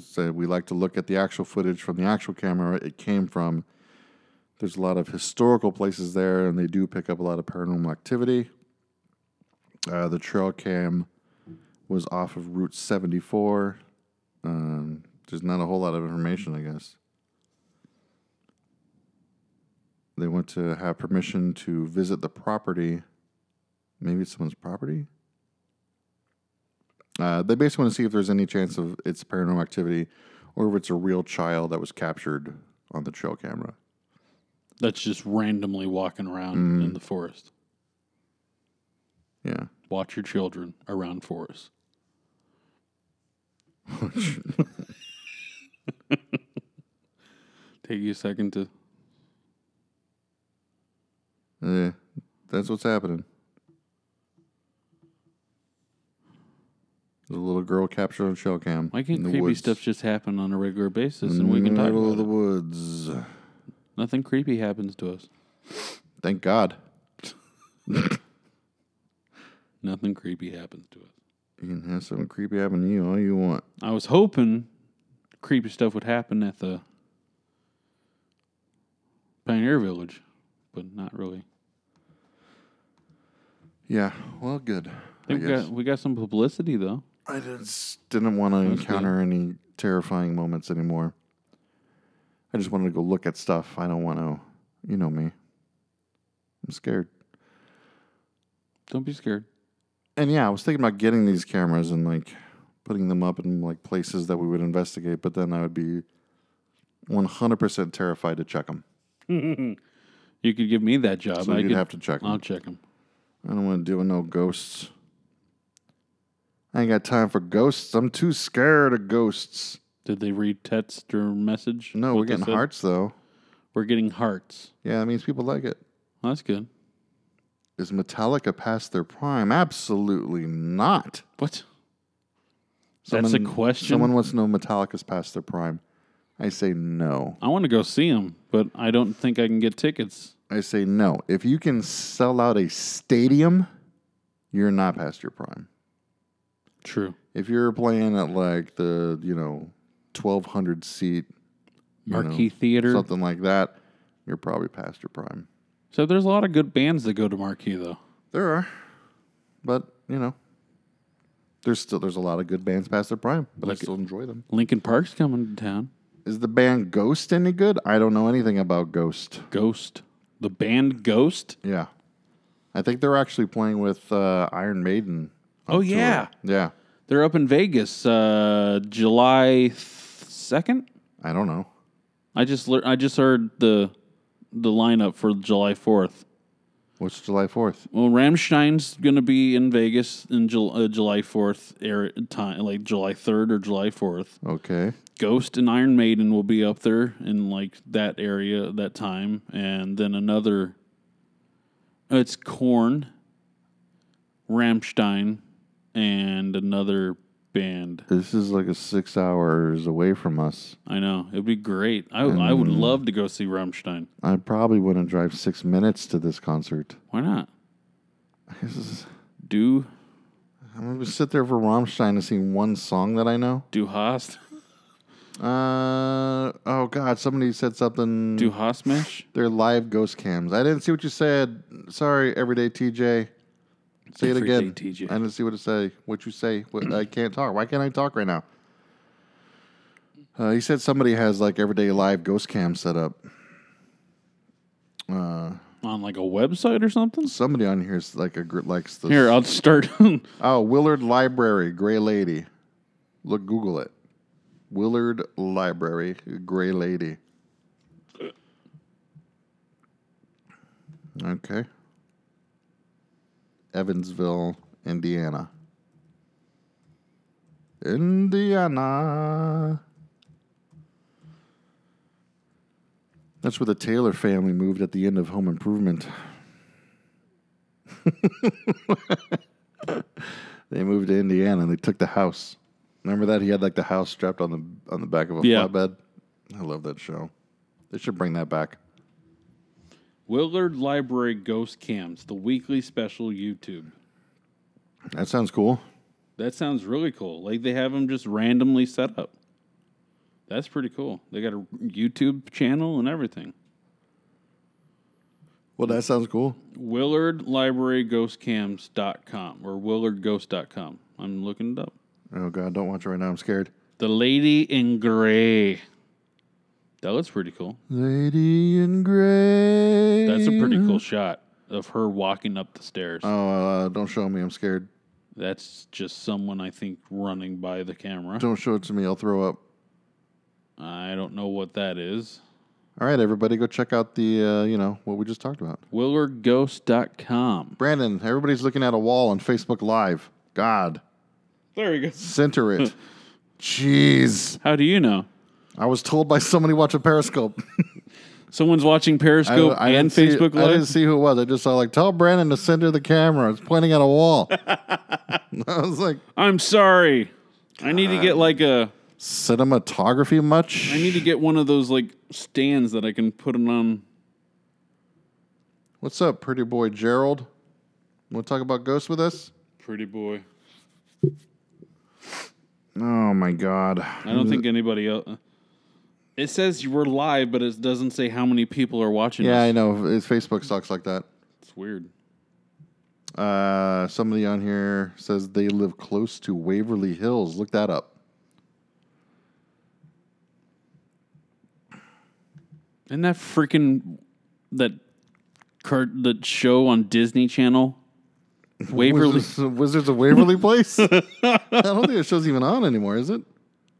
Speaker 2: Said we like to look at the actual footage from the actual camera it came from. There's a lot of historical places there, and they do pick up a lot of paranormal activity. Uh, the trail cam was off of Route 74. Um, there's not a whole lot of information, I guess. They want to have permission to visit the property. Maybe it's someone's property? Uh, they basically want to see if there's any chance of its paranormal activity or if it's a real child that was captured on the trail camera.
Speaker 1: That's just randomly walking around
Speaker 2: Mm.
Speaker 1: in the forest.
Speaker 2: Yeah.
Speaker 1: Watch your children around forests. Take you a second to.
Speaker 2: Eh, that's what's happening. There's a little girl captured on trail cam.
Speaker 1: Why can't
Speaker 2: in the
Speaker 1: creepy
Speaker 2: woods.
Speaker 1: stuff just happen on a regular basis
Speaker 2: in
Speaker 1: and we
Speaker 2: the
Speaker 1: can talk
Speaker 2: middle
Speaker 1: about
Speaker 2: of the
Speaker 1: it?
Speaker 2: woods?
Speaker 1: Nothing creepy happens to us.
Speaker 2: Thank God.
Speaker 1: Nothing creepy happens to us.
Speaker 2: You can have something creepy happen to you all you want.
Speaker 1: I was hoping creepy stuff would happen at the Pioneer Village, but not really.
Speaker 2: Yeah. Well, good.
Speaker 1: I
Speaker 2: I,
Speaker 1: think uh, we
Speaker 2: guess.
Speaker 1: got, we got some publicity though.
Speaker 2: I just didn't want to encounter any terrifying moments anymore. I just wanted to go look at stuff. I don't want to, you know me. I'm scared.
Speaker 1: Don't be scared.
Speaker 2: And yeah, I was thinking about getting these cameras and like putting them up in like places that we would investigate, but then I would be 100% terrified to check them.
Speaker 1: You could give me that job.
Speaker 2: So
Speaker 1: I
Speaker 2: you'd
Speaker 1: could,
Speaker 2: have to check 'em.
Speaker 1: I'll check them.
Speaker 2: I don't want to deal with no ghosts. I ain't got time for ghosts. I'm too scared of ghosts.
Speaker 1: Did they read text or message?
Speaker 2: No,
Speaker 1: what
Speaker 2: we're
Speaker 1: they
Speaker 2: getting
Speaker 1: said?
Speaker 2: hearts though.
Speaker 1: We're getting hearts.
Speaker 2: Yeah, that means people like it.
Speaker 1: Well, that's good.
Speaker 2: Is Metallica past their prime? Absolutely not.
Speaker 1: What? that's a question.
Speaker 2: Someone wants to know if Metallica's past their prime. I say no.
Speaker 1: I want to go see them, but I don't think I can get tickets.
Speaker 2: I say no. If you can sell out a stadium, you're not past your prime.
Speaker 1: True.
Speaker 2: If you're playing at like the, you know, 1200 seat,
Speaker 1: Marquee Theater.
Speaker 2: something like that, you're probably past your prime.
Speaker 1: So there's a lot of good bands that go to Marquee though.
Speaker 2: There are. But, you know, there's still there's a lot of good bands past their prime, but I still enjoy them.
Speaker 1: Lincoln Park's coming to town.
Speaker 2: Is the band Ghost any good? I don't know anything about Ghost.
Speaker 1: Ghost. The band Ghost?
Speaker 2: Yeah. I think they're actually playing with uh, Iron Maiden. on
Speaker 1: Oh,
Speaker 2: tour.
Speaker 1: yeah.
Speaker 2: Yeah.
Speaker 1: They're up in Vegas, uh, July second.
Speaker 2: I don't know.
Speaker 1: I just lear- I just heard the the lineup for July fourth.
Speaker 2: What's July 4th?
Speaker 1: Well, Ramstein's gonna be in Vegas in Jul- uh, July fourth air time, like July third or July fourth.
Speaker 2: Okay.
Speaker 1: Ghost and Iron Maiden will be up there in like that area that time, and then another. uh, It's Corn, Ramstein, and another band.
Speaker 2: This is like a six hours away from us.
Speaker 1: I know it'd be great. I I would love to go see Ramstein.
Speaker 2: I probably wouldn't drive six minutes to this concert.
Speaker 1: Why not?
Speaker 2: This is-
Speaker 1: Do
Speaker 2: I'm going to sit there for Rammstein to sing one song that I know.
Speaker 1: do Hast
Speaker 2: Uh Oh, God. Somebody said something.
Speaker 1: do Hostmesh?
Speaker 2: They're live ghost cams. I didn't see what you said. Sorry, everyday TJ. Say it
Speaker 1: Everyday
Speaker 2: again.
Speaker 1: TJ.
Speaker 2: I didn't see what to say. What you say? What, I can't talk. Why can't I talk right now? Uh, he said somebody has like everyday live ghost cam set up. Uh,
Speaker 1: on like a website or something.
Speaker 2: somebody on here is like a gr- likes the
Speaker 1: Here, I'll start.
Speaker 2: oh Willard Library Gray Lady. Look, Google it. Willard Library Gray Lady. Okay. Evansville, Indiana. Indiana. That's where the Taylor family moved at the end of Home Improvement. they moved to Indiana and they took the house. Remember that he had like the house strapped on the on the back of a
Speaker 1: Yeah.
Speaker 2: flatbed. I love that show. They should bring that back.
Speaker 1: Willard Library Ghost Cams, the weekly special YouTube.
Speaker 2: That sounds cool.
Speaker 1: That sounds really cool. Like they have them just randomly set up. That's pretty cool. They got a YouTube channel and everything.
Speaker 2: Well, that sounds cool.
Speaker 1: Willard Library WillardLibraryGhostCams.com or WillardGhost.com. I'm looking it up.
Speaker 2: Oh God, don't watch it right now. I'm scared.
Speaker 1: The Lady in Gray. That looks pretty cool.
Speaker 2: Lady in Gray.
Speaker 1: That's a pretty cool shot of her walking up the stairs.
Speaker 2: Oh, uh, don't show me. I'm scared.
Speaker 1: That's just someone I think running by the camera.
Speaker 2: Don't show it to me. I'll throw up.
Speaker 1: I don't know what that is.
Speaker 2: All right, everybody, go check out the uh, you know what we just talked about.
Speaker 1: WillardGhost.com.
Speaker 2: Brandon, everybody's looking at a wall on Facebook Live. God,
Speaker 1: There we go.
Speaker 2: center it. Jeez,
Speaker 1: How do you know?
Speaker 2: I was told by somebody watching Periscope.
Speaker 1: Someone's watching
Speaker 2: I-
Speaker 1: Periscope
Speaker 2: I
Speaker 1: and
Speaker 2: didn't see-
Speaker 1: Facebook
Speaker 2: I didn't
Speaker 1: Live.
Speaker 2: see who it was. I just saw like tell Brandon to center the camera. It's pointing at a wall. I was like,
Speaker 1: I'm sorry. I need to get like a.
Speaker 2: cinematography much?
Speaker 1: I need to get one of those like stands that I can put it on.
Speaker 2: What's up, pretty boy Gerald? Want to talk about ghosts with us?
Speaker 1: Pretty boy.
Speaker 2: Oh my God!
Speaker 1: I don't think anybody else. It says you were live, but it doesn't say how many people are watching.
Speaker 2: Yeah,
Speaker 1: us.
Speaker 2: I know. It's Facebook sucks like that.
Speaker 1: it's weird.
Speaker 2: Uh, somebody on here says they live close to Waverly Hills. Look that up.
Speaker 1: Isn't that freaking that cart that show on Disney Channel? Waverly.
Speaker 2: Wizards, Wizards of Waverly Place. I don't think the show's even on anymore, is it?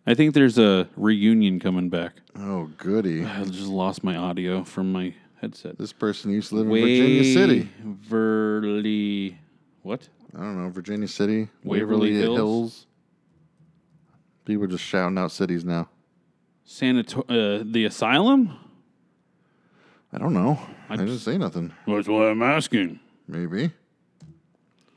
Speaker 1: I think there's a reunion coming back.
Speaker 2: Oh goody!
Speaker 1: I just lost my audio from my headset.
Speaker 2: This person used to live in Virginia City.
Speaker 1: Waverly. What?
Speaker 2: I don't know Virginia City,
Speaker 1: Waverly
Speaker 2: Waverly,
Speaker 1: Hills?
Speaker 2: Hills. People are just shouting out cities now.
Speaker 1: Sanator- uh, the asylum?
Speaker 2: I don't know. I didn't say nothing.
Speaker 1: That's why I'm asking.
Speaker 2: Maybe.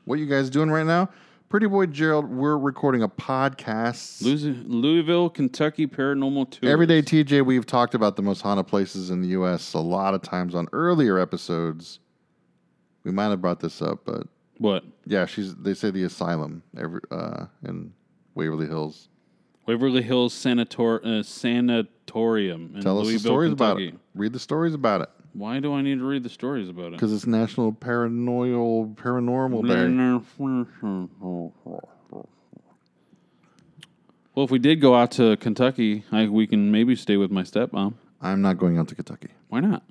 Speaker 2: What you guys doing right now? Pretty boy Gerald, we're recording a podcast.
Speaker 1: Louis- Louisville, Kentucky Paranormal Tour.
Speaker 2: Everyday TJ, we've talked about the most haunted places in the U.S. a lot of times on earlier episodes. We might have brought this up, but
Speaker 1: What?
Speaker 2: yeah, she's. They say the asylum every uh, in Waverly Hills.
Speaker 1: Waverly Hills Sanator- uh, Sanatorium in
Speaker 2: Tell us
Speaker 1: Louisville,
Speaker 2: the stories about
Speaker 1: Kentucky.
Speaker 2: it. Read the stories about it
Speaker 1: Why do I need to read the stories about it?
Speaker 2: because it's National Paranoid Paranormal
Speaker 1: Mm-hmm.
Speaker 2: Day.
Speaker 1: Well, if we did go out to Kentucky, I, we can maybe stay with my stepmom.
Speaker 2: I'm not going out to Kentucky.
Speaker 1: Why not?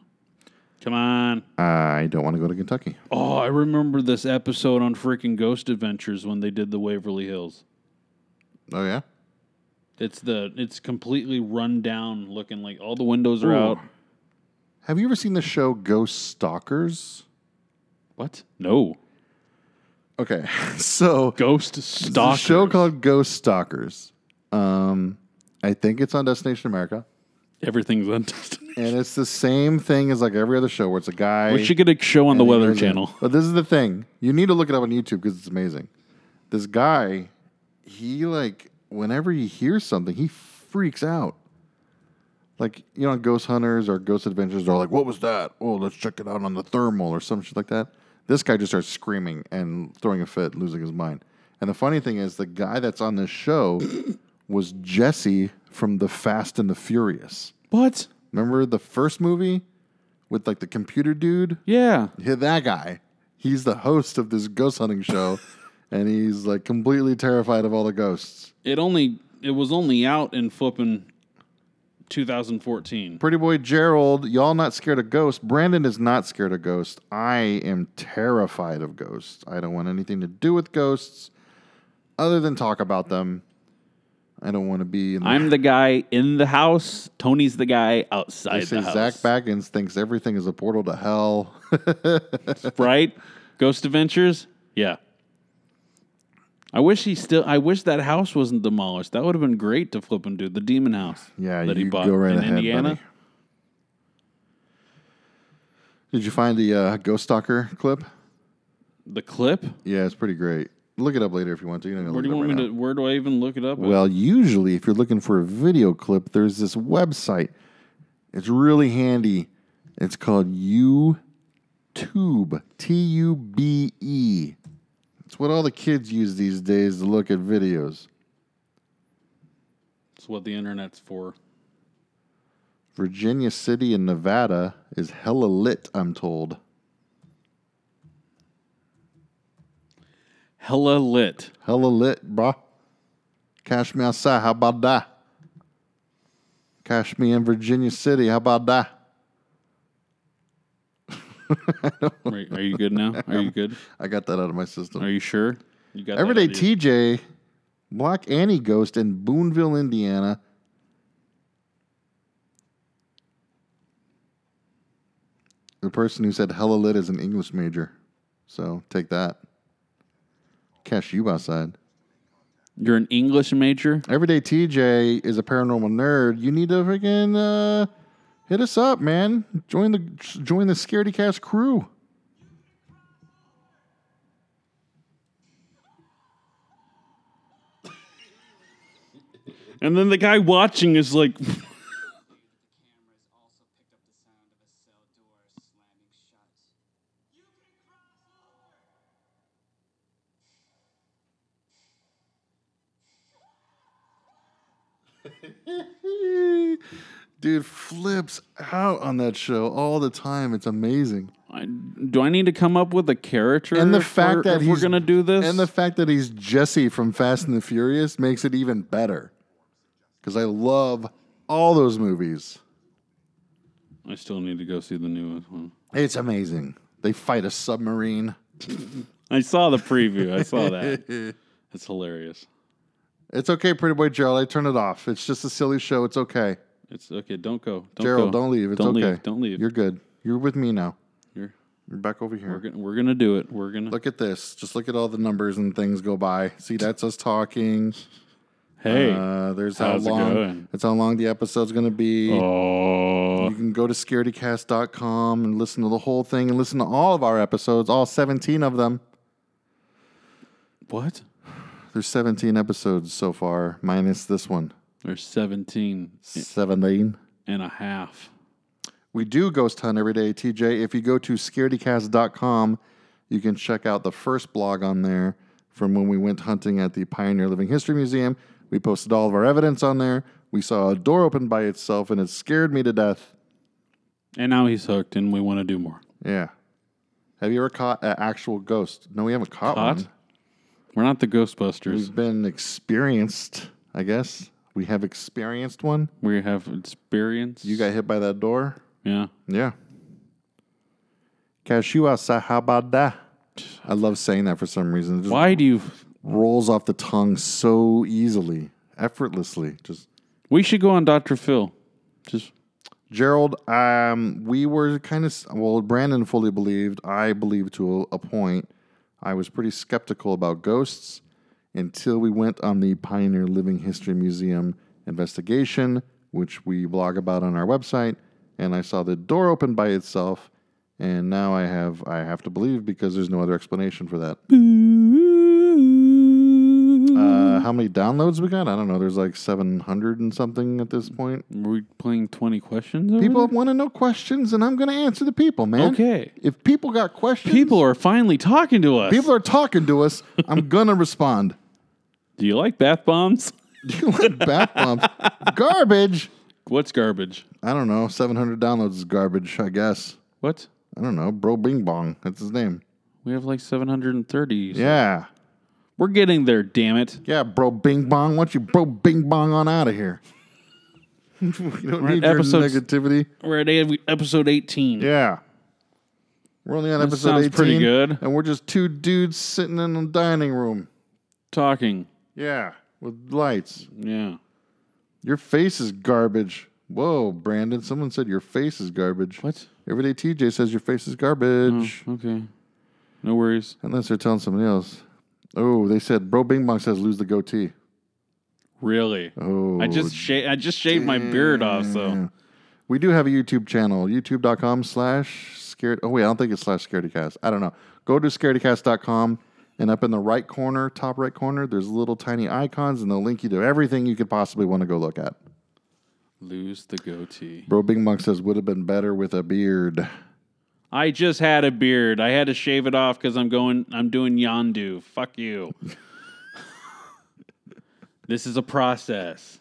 Speaker 1: Come on.
Speaker 2: I don't want to go to Kentucky.
Speaker 1: Oh, I remember this episode on freaking Ghost Adventures when they did the Waverly Hills.
Speaker 2: Oh yeah,
Speaker 1: It's the it's completely run down looking like all the windows are out.
Speaker 2: Have you ever seen the show Ghost Stalkers?
Speaker 1: What? No.
Speaker 2: Okay, so
Speaker 1: Ghost
Speaker 2: It's a
Speaker 1: Stalkers.
Speaker 2: show called Ghost Stalkers. Um, I think it's on Destination America,
Speaker 1: Everything's untested.
Speaker 2: and it's the same thing as like every other show where it's a guy.
Speaker 1: We should get a show on the
Speaker 2: and he
Speaker 1: Weather
Speaker 2: goes in.
Speaker 1: Channel.
Speaker 2: But this is the thing: you need to look it up on YouTube because it's amazing. This guy, he like whenever he hears something, he freaks out. Like you know, Ghost Hunters or Ghost Adventures are like, "What was that? Oh, let's check it out on the thermal or some shit like that." This guy just starts screaming and throwing a fit, losing his mind. And the funny thing is, the guy that's on this show was Jesse from the Fast and the Furious.
Speaker 1: What?
Speaker 2: Remember the first movie with like the computer dude?
Speaker 1: Yeah.
Speaker 2: Yeah, that guy. He's the host of this ghost hunting show, and he's like completely terrified of all the ghosts.
Speaker 1: It only it was only out in flipping 2014.
Speaker 2: Pretty boy Gerald, y'all not scared of ghosts. Brandon is not scared of ghosts. I am terrified of ghosts. I don't want anything to do with ghosts other than talk about them. I don't want to be in the
Speaker 1: I'm the guy in the house. Tony's the guy
Speaker 2: They
Speaker 1: outside
Speaker 2: say
Speaker 1: the
Speaker 2: Zach
Speaker 1: house.
Speaker 2: Baggins thinks everything is a portal to hell.
Speaker 1: right? Ghost Adventures. Yeah. I wish he still. I wish that house wasn't demolished. That would have been great to flip and do the demon house.
Speaker 2: Yeah,
Speaker 1: that
Speaker 2: you go right
Speaker 1: in
Speaker 2: ahead,
Speaker 1: Indiana.
Speaker 2: buddy. Did you find the uh, Ghost Stalker clip?
Speaker 1: The clip.
Speaker 2: Yeah, it's pretty great. Look it up later if you want to. You're not gonna
Speaker 1: Where do you
Speaker 2: look
Speaker 1: want
Speaker 2: it up
Speaker 1: me
Speaker 2: right
Speaker 1: to? Where do I even look it up?
Speaker 2: now. Well, usually if you're looking for a video clip, there's this website. It's really handy. It's called YouTube. T U B E. It's what all the kids use these days to look at videos.
Speaker 1: it's what the internet's for.
Speaker 2: Virginia City in Nevada is hella lit, I'm told.
Speaker 1: Hella lit.
Speaker 2: Hella lit, brah. Cash me outside, how about that? Cash me in Virginia City, how about that?
Speaker 1: Are, are you good now? Are you good?
Speaker 2: I got that out of my system.
Speaker 1: Are you sure? You got that
Speaker 2: Everyday
Speaker 1: out of your-
Speaker 2: TJ, Black Annie Ghost in Boonville, Indiana. The person who said hella lit is an English major. So take that. Cash you outside.
Speaker 1: You're an English major.
Speaker 2: Everyday TJ is a paranormal nerd. You need to freaking uh, hit us up, man. Join the join the Scaredy Cast crew.
Speaker 1: And then the guy watching is like,
Speaker 3: cameras also picked up the sound of a cell door slamming shut. You can cross over!
Speaker 2: Dude flips out on that show all the time. It's amazing.
Speaker 1: I- "Do I need to come up with a character?"
Speaker 2: And the
Speaker 1: if
Speaker 2: fact
Speaker 1: we're-
Speaker 2: that
Speaker 1: if
Speaker 2: he's-
Speaker 1: we're gonna do this,
Speaker 2: And the fact that he's Jesse from Fast and the Furious makes it even better. Because I love all those movies.
Speaker 1: I still need to go see the new one.
Speaker 2: It's amazing. They fight a submarine.
Speaker 1: I saw the preview. I saw that. It's hilarious.
Speaker 2: It's okay, Pretty Boy Gerald. I turn it off. It's just a silly show. It's okay.
Speaker 1: It's okay. Don't go, don't
Speaker 2: Gerald,
Speaker 1: go.
Speaker 2: don't leave. It's
Speaker 1: don't
Speaker 2: okay.
Speaker 1: Leave. Don't leave.
Speaker 2: You're good. You're with me now.
Speaker 1: You're-
Speaker 2: You're back over
Speaker 1: we're
Speaker 2: here.
Speaker 1: gonna we're gonna do it. We're gonna.
Speaker 2: Look at this. Just look at all the numbers and things go by. See, that's us talking.
Speaker 1: hey.
Speaker 2: uh, there's how
Speaker 1: how's it
Speaker 2: long.
Speaker 1: going?
Speaker 2: That's how long the episode's going to be.
Speaker 1: oh.
Speaker 2: You can go to scaredycast.com and listen to the whole thing and listen to all of our episodes, all 17 of them.
Speaker 1: What?
Speaker 2: There's 17 episodes so far, minus this one.
Speaker 1: There's 17
Speaker 2: 17.
Speaker 1: and a half.
Speaker 2: We do ghost hunt every day, TJ. If you go to scaredycast.com, you can check out the first blog on there from when we went hunting at the Pioneer Living History Museum. We posted all of our evidence on there. We saw a door open by itself and it scared me to death.
Speaker 1: And now he's hooked, and we want to do more.
Speaker 2: Yeah. Have you ever caught an actual ghost? No, we haven't caught,
Speaker 1: Caught?
Speaker 2: one.
Speaker 1: We're not the Ghostbusters.
Speaker 2: We've been experienced, I guess. We have experienced one.
Speaker 1: We have experience.
Speaker 2: You got hit by that door?
Speaker 1: yeah.
Speaker 2: Yeah. Cashew sahabada. I love saying that for some reason. It just
Speaker 1: Why do you?
Speaker 2: rolls off the tongue so easily, effortlessly. Just
Speaker 1: We should go on Dr. Phil. Just
Speaker 2: Gerald, um, we were kind of well. Brandon fully believed. I believed to a, a point. I was pretty skeptical about ghosts until we went on the Pioneer Living History Museum investigation, which we blog about on our website. And I saw the door open by itself, and now I have I have to believe because there's no other explanation for that. Uh, how many downloads we got? I don't know. There's like 700 and something at this point.
Speaker 1: Are we playing 20 questions? over
Speaker 2: People want to know questions, and I'm going to answer the people, man.
Speaker 1: Okay.
Speaker 2: If people got questions,
Speaker 1: there? People are finally talking to us.
Speaker 2: people are talking to us. I'm going to respond.
Speaker 1: do you like bath bombs?
Speaker 2: Do you like bath bumps? garbage.
Speaker 1: What's garbage?
Speaker 2: I don't know. 700 downloads is garbage, I guess.
Speaker 1: What?
Speaker 2: I don't know. Bro Bing Bong. That's his name.
Speaker 1: We have like 730.
Speaker 2: Yeah.
Speaker 1: We're getting there, damn it.
Speaker 2: Yeah, Bro Bing Bong. Why don't you Bro Bing Bong on out of here? we don't need your
Speaker 1: episodes-
Speaker 2: negativity.
Speaker 1: We're at a- episode 18.
Speaker 2: Yeah. We're only on episode
Speaker 1: sounds
Speaker 2: 18.
Speaker 1: pretty good.
Speaker 2: And we're just two dudes sitting in a dining room.
Speaker 1: Talking.
Speaker 2: Yeah. With lights.
Speaker 1: Yeah.
Speaker 2: Your face is garbage. Whoa, Brandon. Someone said your face is garbage.
Speaker 1: What? Mm.
Speaker 2: Everyday TJ says your face is garbage.
Speaker 1: Okay. No worries.
Speaker 2: Unless they're telling somebody else. Oh, they said Bro Bing Bong says lose the goatee.
Speaker 1: Really?
Speaker 2: Oh,
Speaker 1: I just sha- I just shaved my beard off, so
Speaker 2: We do have a YouTube channel, youtube.com slash scared. Oh, wait, I don't think it's slash scaredycast. I don't know. Go to scaredycast.com and up in the right corner, top right corner, there's little tiny icons and they'll link you to everything you could possibly want to go look at.
Speaker 1: lose the goatee.
Speaker 2: Bro Bing Monk says, would have been better with a beard.
Speaker 1: I just had a beard. I had to shave it off because I'm going. I'm doing Yondu. Fuck you. this is a process.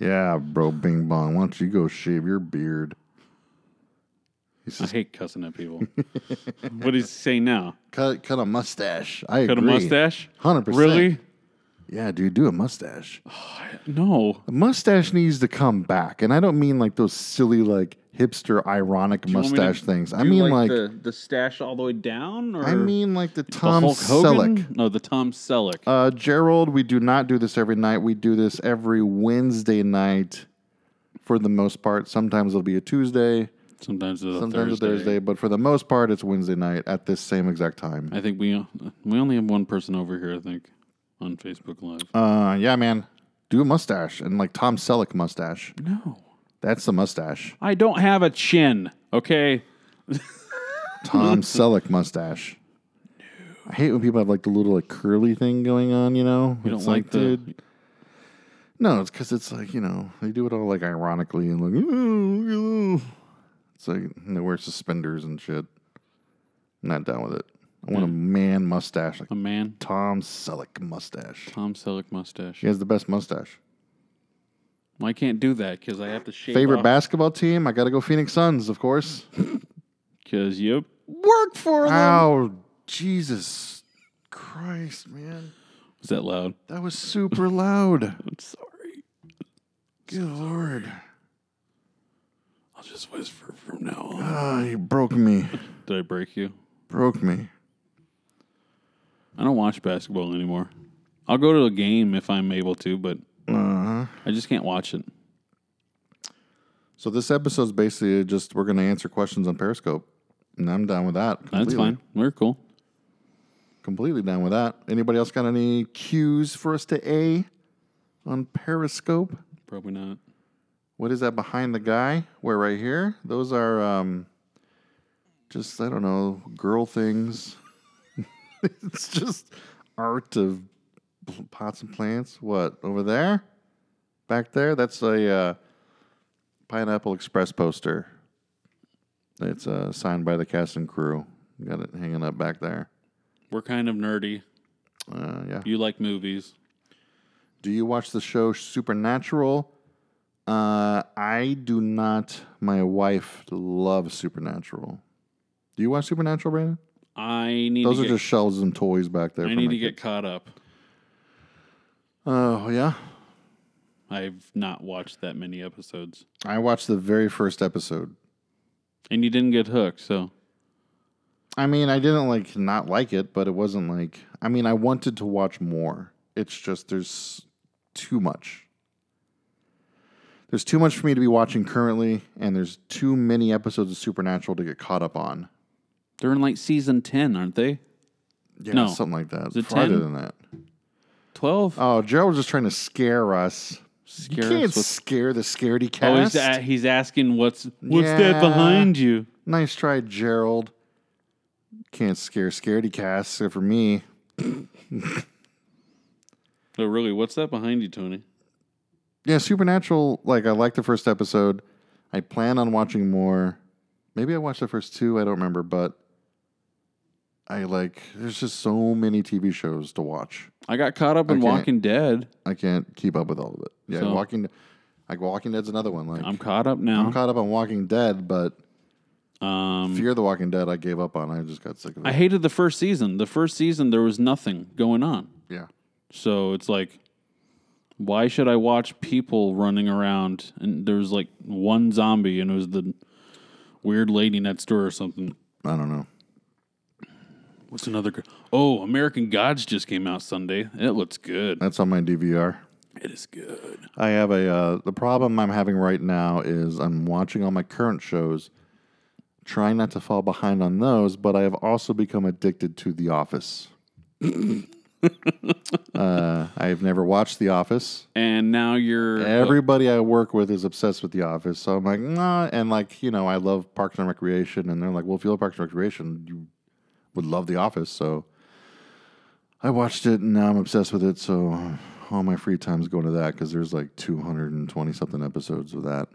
Speaker 2: Yeah, Bro Bing Bong, why don't you go shave your beard? He
Speaker 1: I
Speaker 2: says,
Speaker 1: hate cussing at people. what does he say now?
Speaker 2: cut, cut a mustache. I
Speaker 1: Got a
Speaker 2: agree.
Speaker 1: mustache?
Speaker 2: 100%.
Speaker 1: Really?
Speaker 2: Yeah, dude, do a mustache.
Speaker 1: No.
Speaker 2: The mustache needs to come back, and I don't mean like those silly, like hipster, ironic
Speaker 1: You want me to
Speaker 2: mustache things. I
Speaker 1: do,
Speaker 2: mean like,
Speaker 1: the, the stash all the way down, or
Speaker 2: I mean like the
Speaker 1: the
Speaker 2: Tom
Speaker 1: Hulk Hogan?
Speaker 2: Selleck.
Speaker 1: No, the Tom Selleck.
Speaker 2: Uh, Gerald, we do not do this every night. We do this every Wednesday night, for the most part. Sometimes it'll be a Tuesday,
Speaker 1: sometimes it's a
Speaker 2: sometimes
Speaker 1: Thursday.
Speaker 2: a Thursday, but for the most part, it's Wednesday night at this same exact time.
Speaker 1: I think we we only have one person over here. I think on Facebook Live.
Speaker 2: Uh, yeah, man, do a mustache and like Tom Selleck mustache.
Speaker 1: no,
Speaker 2: That's the mustache.
Speaker 1: I don't have a chin. Okay,
Speaker 2: Tom Selleck mustache. I hate when people have like the little like curly thing going on, you know?
Speaker 1: you
Speaker 2: it's
Speaker 1: don't like, the.
Speaker 2: dude. No, it's because it's like, you know, they do it all like ironically and like, ooh, ooh. it's like, and they wear suspenders and shit. I'm not down with it. I want a man mustache, like
Speaker 1: A man,
Speaker 2: Tom Selleck mustache.
Speaker 1: Tom Selleck mustache.
Speaker 2: He has the best mustache.
Speaker 1: Well, I can't do that because I have to shave.
Speaker 2: Favorite
Speaker 1: off-
Speaker 2: basketball team? I got to go Phoenix Suns, of course.
Speaker 1: Because yep.
Speaker 2: Work for them. Ow, Jesus Christ, man.
Speaker 1: Was that loud?
Speaker 2: That was super loud.
Speaker 1: I'm sorry.
Speaker 2: Good lord.
Speaker 1: I'll just whisper from now on.
Speaker 2: Ah, you broke me.
Speaker 1: Did I break you?
Speaker 2: Broke me.
Speaker 1: I don't watch basketball anymore. I'll go to a game if I'm able to, but
Speaker 2: Uh-huh.
Speaker 1: I just can't watch it.
Speaker 2: So this episode's basically just we're gonna answer questions on Periscope. And I'm down with that. Completely.
Speaker 1: That's fine. We're cool.
Speaker 2: Completely down with that. Anybody else got any cues for us to A on Periscope?
Speaker 1: Probably not.
Speaker 2: What is that behind the guy? We're right here. Those are um just I don't know, girl things. it's just art of pl- pots and plants. What? Over there? Back there? That's a uh, Pineapple Express poster. It's uh, signed by the cast and crew. Got it hanging up back there.
Speaker 1: We're kind of nerdy.
Speaker 2: Uh, yeah.
Speaker 1: You like movies.
Speaker 2: Do you watch the show Supernatural? Uh, I do not. My wife loves Supernatural. Do you watch Supernatural, Brandon?
Speaker 1: I need
Speaker 2: Those
Speaker 1: to
Speaker 2: are
Speaker 1: get,
Speaker 2: just shelves and toys back there.
Speaker 1: I
Speaker 2: for
Speaker 1: need
Speaker 2: my
Speaker 1: to get
Speaker 2: kids.
Speaker 1: caught up.
Speaker 2: Oh yeah,
Speaker 1: I've not watched that many episodes.
Speaker 2: I watched the very first episode.
Speaker 1: And you didn't get hooked, so
Speaker 2: I mean, I didn't like not like it, but it wasn't like. I mean, I wanted to watch more. It's just there's too much. There's too much for me to be watching currently, and there's too many episodes of Supernatural to get caught up on.
Speaker 1: they're in like season 10, aren't they?
Speaker 2: Yeah,
Speaker 1: No.
Speaker 2: something like that.
Speaker 1: it
Speaker 2: Farther
Speaker 1: 10?
Speaker 2: than that.
Speaker 1: 12?
Speaker 2: Oh, Gerald was just trying to scare us.
Speaker 1: Scare
Speaker 2: you can't
Speaker 1: us with-
Speaker 2: scare the scaredy
Speaker 1: oh, he's,
Speaker 2: cast.
Speaker 1: a- he's asking what's what's
Speaker 2: Yeah.
Speaker 1: that behind you?
Speaker 2: nice try, Gerald. Can't scare scaredy cast except for me.
Speaker 1: No, Oh, really, what's that behind you, Tony?
Speaker 2: Yeah, Supernatural. Like I liked the first episode. I plan on watching more. Maybe I watched the first two. I don't remember, but I like. There's just so many TV shows to watch.
Speaker 1: I got caught up in
Speaker 2: Okay.
Speaker 1: Walking Dead.
Speaker 2: I can't keep up with all of it. Yeah,
Speaker 1: So-
Speaker 2: Walking. Like Walking Dead's another one. Like
Speaker 1: I'm caught up now.
Speaker 2: I'm caught up on Walking Dead, but
Speaker 1: um,
Speaker 2: Fear the Walking Dead, I gave up on. I just got sick of it.
Speaker 1: I hated the first season. The first season, there was nothing going on.
Speaker 2: yeah.
Speaker 1: So it's like, why should I watch people running around? And there was like one zombie, and it was the weird lady next door or something.
Speaker 2: I don't know.
Speaker 1: What's another? gr- Oh, American Gods just came out Sunday. It looks good.
Speaker 2: That's on my DVR.
Speaker 1: It is good.
Speaker 2: I have a uh, the problem I'm having right now is I'm watching all my current shows, Try not to fall behind on those, but I have also become addicted to The Office. uh, I have never watched The Office.
Speaker 1: And now you're
Speaker 2: Everybody I work with is obsessed with The Office. So I'm like, nah. And like, you know, I love Parks and Recreation. And they're like, well, if you love Parks and Recreation, you would love The Office. So I watched it and now I'm obsessed with it. So all my free time's going to that because there's like 220 something episodes of that.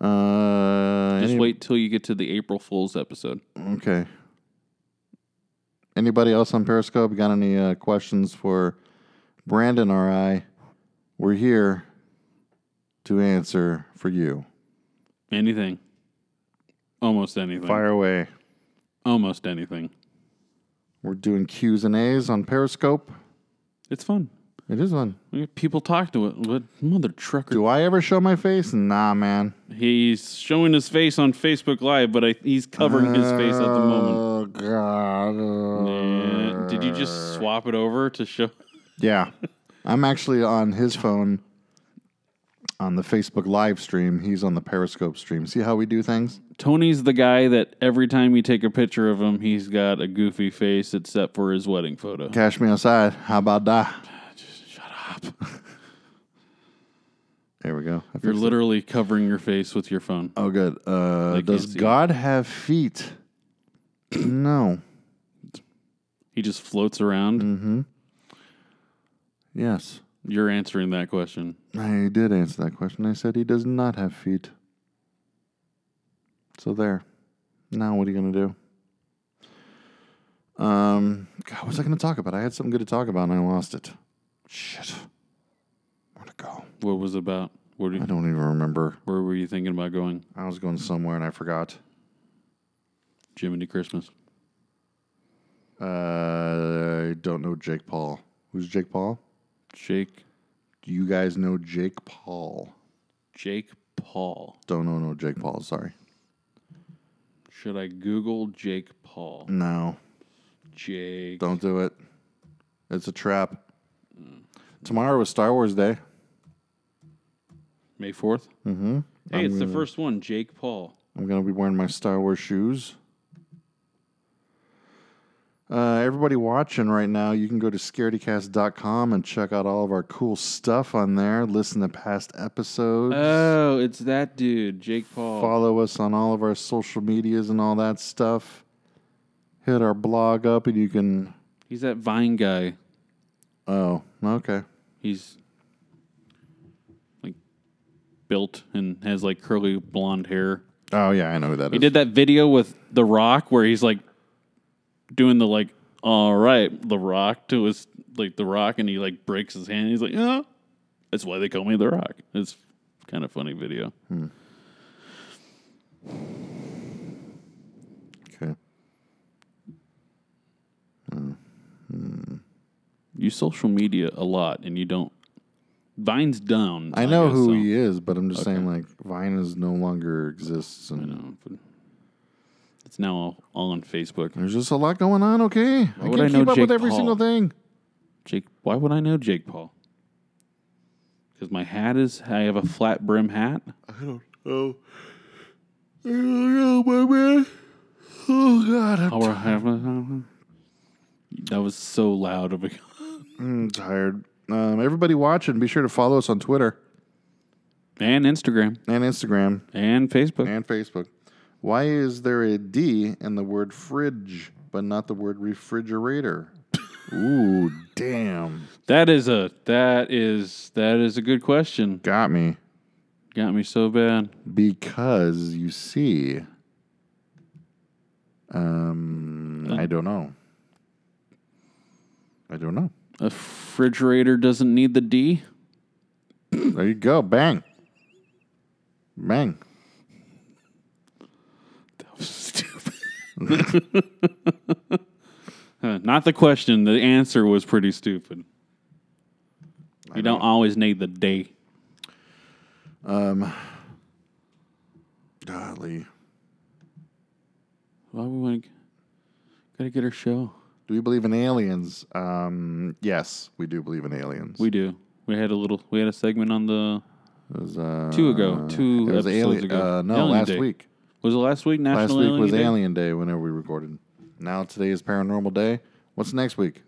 Speaker 2: Uh,
Speaker 1: just
Speaker 2: any-
Speaker 1: wait till you get to the April Fool's episode.
Speaker 2: Okay. Anybody else on Periscope got any uh, questions for Brandon or I? We're here to answer for you.
Speaker 1: Anything. Almost anything.
Speaker 2: Fire away.
Speaker 1: Almost anything.
Speaker 2: We're doing Q's and A's on Periscope.
Speaker 1: It's fun.
Speaker 2: It is fun.
Speaker 1: We- People talk to it. What mother trucker?
Speaker 2: Do I ever show my face? Nah, man.
Speaker 1: He's showing his face on Facebook Live, but I, he's covering his face at the moment.
Speaker 2: Oh god.
Speaker 1: Yeah. Did you just swap it over to show?
Speaker 2: Yeah. I'm actually on his phone on the Facebook live stream. He's on the Periscope stream. See how we do things?
Speaker 1: Tony's the guy that every time you take a picture of him, he's got a goofy face except for his wedding photo.
Speaker 2: Cash me outside. How about that?
Speaker 1: Shut up.
Speaker 2: There we go. I
Speaker 1: You're
Speaker 2: fixed it.
Speaker 1: literally covering your face with your phone.
Speaker 2: oh, good. Uh,
Speaker 1: They
Speaker 2: does
Speaker 1: can't see
Speaker 2: God have feet? no.
Speaker 1: He just floats around.
Speaker 2: Mm-hmm. Yes.
Speaker 1: You're answering that question.
Speaker 2: I did answer that question. I said he does not have feet. So there. Now what are you gonna do? Um God, what was I gonna talk about? I had something good to talk about and I lost it. Shit. Where'd it go?
Speaker 1: What was it about? Where, do
Speaker 2: I
Speaker 1: you,
Speaker 2: don't even remember.
Speaker 1: where were you thinking about going?
Speaker 2: I was going somewhere and I forgot.
Speaker 1: Jiminy Christmas.
Speaker 2: Uh I don't know Jake Paul. Who's Jake Paul?
Speaker 1: Jake
Speaker 2: Do you guys know Jake Paul?
Speaker 1: Jake Paul.
Speaker 2: Don't know no Jake Paul, sorry.
Speaker 1: Should I Google Jake Paul?
Speaker 2: No.
Speaker 1: Jake.
Speaker 2: Don't do it. It's a trap. Tomorrow is Star Wars Day.
Speaker 1: May 4th? Mm-hmm. Hey, it's the first one, Jake Paul.
Speaker 2: I'm going to be wearing my Star Wars shoes. Uh, everybody watching right now, you can go to scaredycast.com and check out all of our cool stuff on there. Listen to past episodes.
Speaker 1: Oh, it's that dude, Jake Paul.
Speaker 2: follow us on all of our social medias and all that stuff. Hit our blog up and you can.
Speaker 1: He's that Vine guy.
Speaker 2: Oh, okay.
Speaker 1: He's like built and has like curly blonde hair.
Speaker 2: Oh, yeah, I know who that is.
Speaker 1: He did that video with The Rock where he's like doing the like, all right, The Rock to his like The Rock, and he like breaks his hand. He's like, yeah, that's why they call me The Rock. It's kind of funny video.
Speaker 2: Okay.
Speaker 1: You social media a lot, and you don't. Vine's down.
Speaker 2: I know
Speaker 1: guess,
Speaker 2: who
Speaker 1: so.
Speaker 2: he is, but I'm just saying like Vine is no longer exists, and
Speaker 1: No, but it's now all, all on Facebook.
Speaker 2: there's just a lot going on. Okay, I
Speaker 1: would
Speaker 2: can't
Speaker 1: I know
Speaker 2: keep up with
Speaker 1: Jake
Speaker 2: every
Speaker 1: Paul?
Speaker 2: single thing.
Speaker 1: Jake, why would I know Jake Paul? Because my hat is, I have a flat brim hat.
Speaker 2: Oh, I don't know, my man. Oh God, I'm,
Speaker 1: Or I have a- that was so loud of a.
Speaker 2: I'm tired. Um, everybody watching, be sure to follow us on Twitter
Speaker 1: And Instagram
Speaker 2: and Instagram
Speaker 1: and Facebook.
Speaker 2: and Facebook. Why is there a D in the word fridge but not the word refrigerator? Ooh, damn,
Speaker 1: That is a that is that is a good question.
Speaker 2: got me.
Speaker 1: Got me so bad.
Speaker 2: Because you see, um, I don't know. I don't know.
Speaker 1: A refrigerator doesn't need the D.
Speaker 2: There you go. Bang. Bang.
Speaker 1: Stupid. Huh, Uh, Not the question. The answer was pretty stupid. You don't always need the D.
Speaker 2: Golly.
Speaker 1: Why we want to gotta get our show?
Speaker 2: Do we believe in aliens? Um, yes, we do believe in aliens.
Speaker 1: We do. We had a little. We had a segment on the
Speaker 2: It was, uh,
Speaker 1: two ago, two
Speaker 2: it was
Speaker 1: episodes
Speaker 2: alien-
Speaker 1: ago.
Speaker 2: Uh, no,
Speaker 1: Alien
Speaker 2: last
Speaker 1: Day.
Speaker 2: week.
Speaker 1: Was it last week?
Speaker 2: Last
Speaker 1: National
Speaker 2: week was
Speaker 1: Day?
Speaker 2: Alien Day whenever we recorded. Now today is Paranormal Day. What's next week?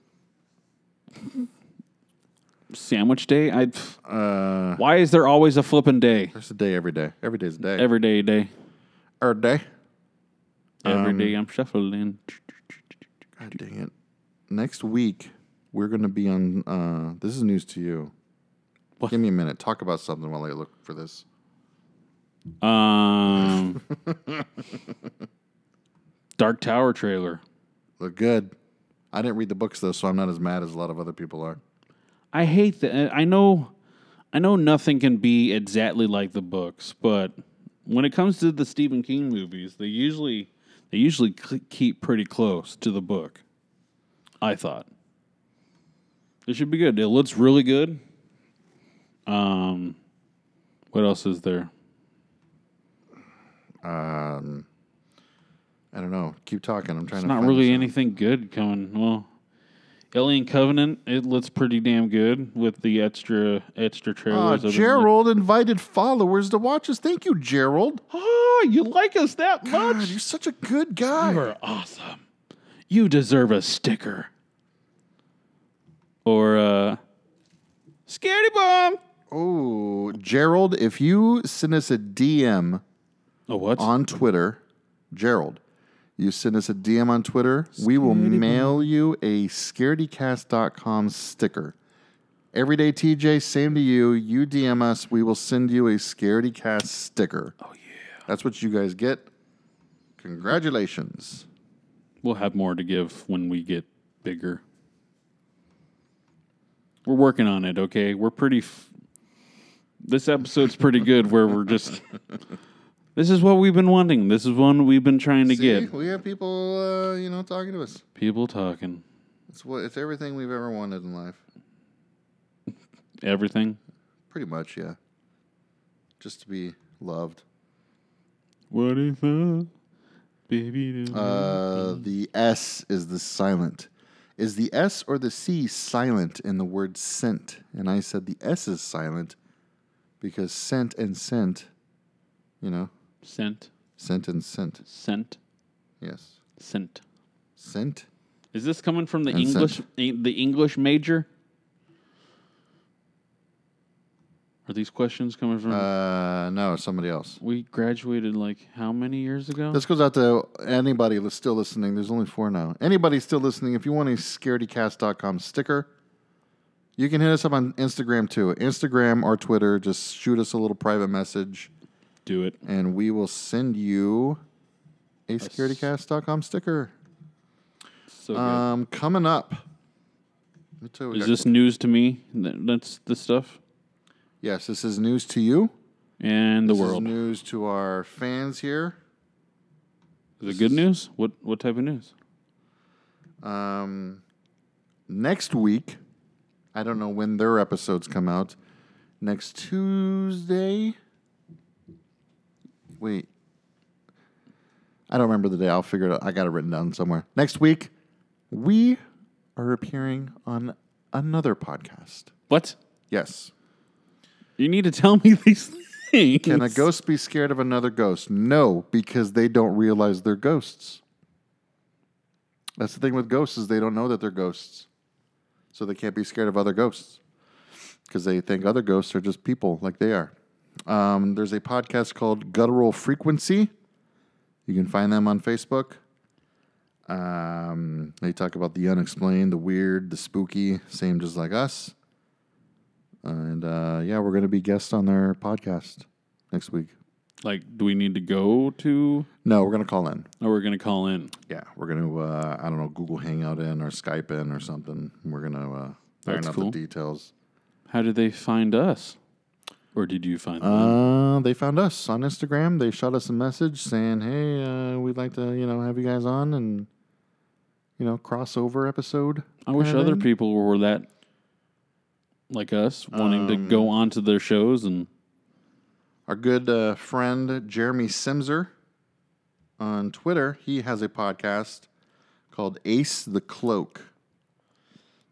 Speaker 1: Sandwich Day. I. Why is there always a flipping day?
Speaker 2: Uh, There's a day every day. Every day's a day.
Speaker 1: Every day, day.
Speaker 2: Every day.
Speaker 1: Every
Speaker 2: Um,
Speaker 1: day I'm shuffling.
Speaker 2: God dang it. Next week, we're going to be on. Uh, this is news to you. Give me a minute. Talk about something while I look for this.
Speaker 1: Um. Dark Tower trailer.
Speaker 2: Look good. I didn't read the books, though, so I'm not as mad as a lot of other people are.
Speaker 1: I hate that. I know, I know nothing can be exactly like the books, but when it comes to the Stephen King movies, they usually they usually cl- keep pretty close to the book. I thought it should be good. It looks really good. Um, what else is there?
Speaker 2: I don't know. Keep talking. I'm trying
Speaker 1: It's
Speaker 2: to.
Speaker 1: not
Speaker 2: find
Speaker 1: really
Speaker 2: this.
Speaker 1: anything good coming. Well, Alien Covenant it looks pretty damn good with the extra extra
Speaker 2: Uh,
Speaker 1: trailers. of it.
Speaker 2: Gerald invited followers to watch us. Thank you, Gerald.
Speaker 1: Oh, you like us that much?
Speaker 2: God, you're such a good guy.
Speaker 1: You are awesome. You deserve a sticker. Or uh Scaredy Bomb.
Speaker 2: Oh, Gerald, if you send us a DM
Speaker 1: Oh what?
Speaker 2: on Twitter, Gerald, you send us a DM on Twitter, we will mail you a scaredycast.com sticker. Everyday TJ, same to you. You DM us, we will send you a scaredycast sticker. Oh yeah. That's what you guys get. Congratulations.
Speaker 1: we'll have more to give when we get bigger. We're working on it, okay? We're pretty f- This episode's pretty good where we're just This is what we've been wanting. This is one we've been trying to
Speaker 2: See,
Speaker 1: get.
Speaker 2: we have people, uh, you know, talking to us.
Speaker 1: People talking.
Speaker 2: It's what it's everything we've ever wanted in life.
Speaker 1: Everything.
Speaker 2: Pretty much, yeah. Just to be loved.
Speaker 1: What is up? Baby. do-
Speaker 2: Uh, the S is the silent. Is the S or the C silent in the word scent? And I said the S is silent because scent and scent, you know,
Speaker 1: Scent.
Speaker 2: scent and scent.
Speaker 1: Scent.
Speaker 2: Yes.
Speaker 1: Scent.
Speaker 2: Scent?
Speaker 1: Is this coming from the
Speaker 2: And
Speaker 1: English
Speaker 2: sent.
Speaker 1: en- the English major? Are these questions coming from
Speaker 2: Uh, no, somebody else.
Speaker 1: we graduated like how many years ago?
Speaker 2: This goes out to anybody that's still listening. There's only four now. Anybody still listening, if you want a scaredycast.com sticker, you can hit us up on Instagram too. Instagram or Twitter, just shoot us a little private message.
Speaker 1: Do it.
Speaker 2: and we will send you a securitycast.com sticker.
Speaker 1: So good.
Speaker 2: Um, coming up. Let me tell you what we
Speaker 1: is
Speaker 2: got.
Speaker 1: this news to me? Th- That's the stuff
Speaker 2: yes, this is news to you.
Speaker 1: and the
Speaker 2: This
Speaker 1: world.
Speaker 2: is
Speaker 1: Is,
Speaker 2: news to our fans here.
Speaker 1: it good news? What what type of news?
Speaker 2: Um, next week, I don't know when their episodes come out. Next Tuesday. Wait. I don't remember the day. I'll figure it out. I got it written down somewhere. Next week, we are appearing on another podcast.
Speaker 1: What?
Speaker 2: Yes.
Speaker 1: You need to tell me these things.
Speaker 2: Can a ghost be scared of another ghost? No, because they don't realize they're ghosts. That's the thing with ghosts is they don't know that they're ghosts. So they can't be scared of other ghosts because they think other ghosts are just people like they are. Um, there's a podcast called Guttural Frequency. You can find them on Facebook. Um, they talk about the unexplained, the weird, the spooky, same just like us. And uh, yeah, we're going to be guests on their podcast next week.
Speaker 1: like do we need to go to
Speaker 2: No, we're going to call in.
Speaker 1: or we're gonna call in?
Speaker 2: Yeah, we're going to, uh, I don't know, Google Hangout in or Skype in or something. We're going to uh, iron
Speaker 1: That's
Speaker 2: out
Speaker 1: cool.
Speaker 2: the details.
Speaker 1: How did they find us? Or did you find them?
Speaker 2: Uh, they found us on Instagram. They shot us a message saying, "Hey, uh, we'd like to, you know, have you guys on and, you know, crossover episode."
Speaker 1: I wish
Speaker 2: kinda
Speaker 1: other
Speaker 2: thing."
Speaker 1: people were that like us, wanting to
Speaker 2: Um,
Speaker 1: go on to their shows and
Speaker 2: Our good uh, friend Jeremy Simser on Twitter, he has a podcast called Ace the Cloak.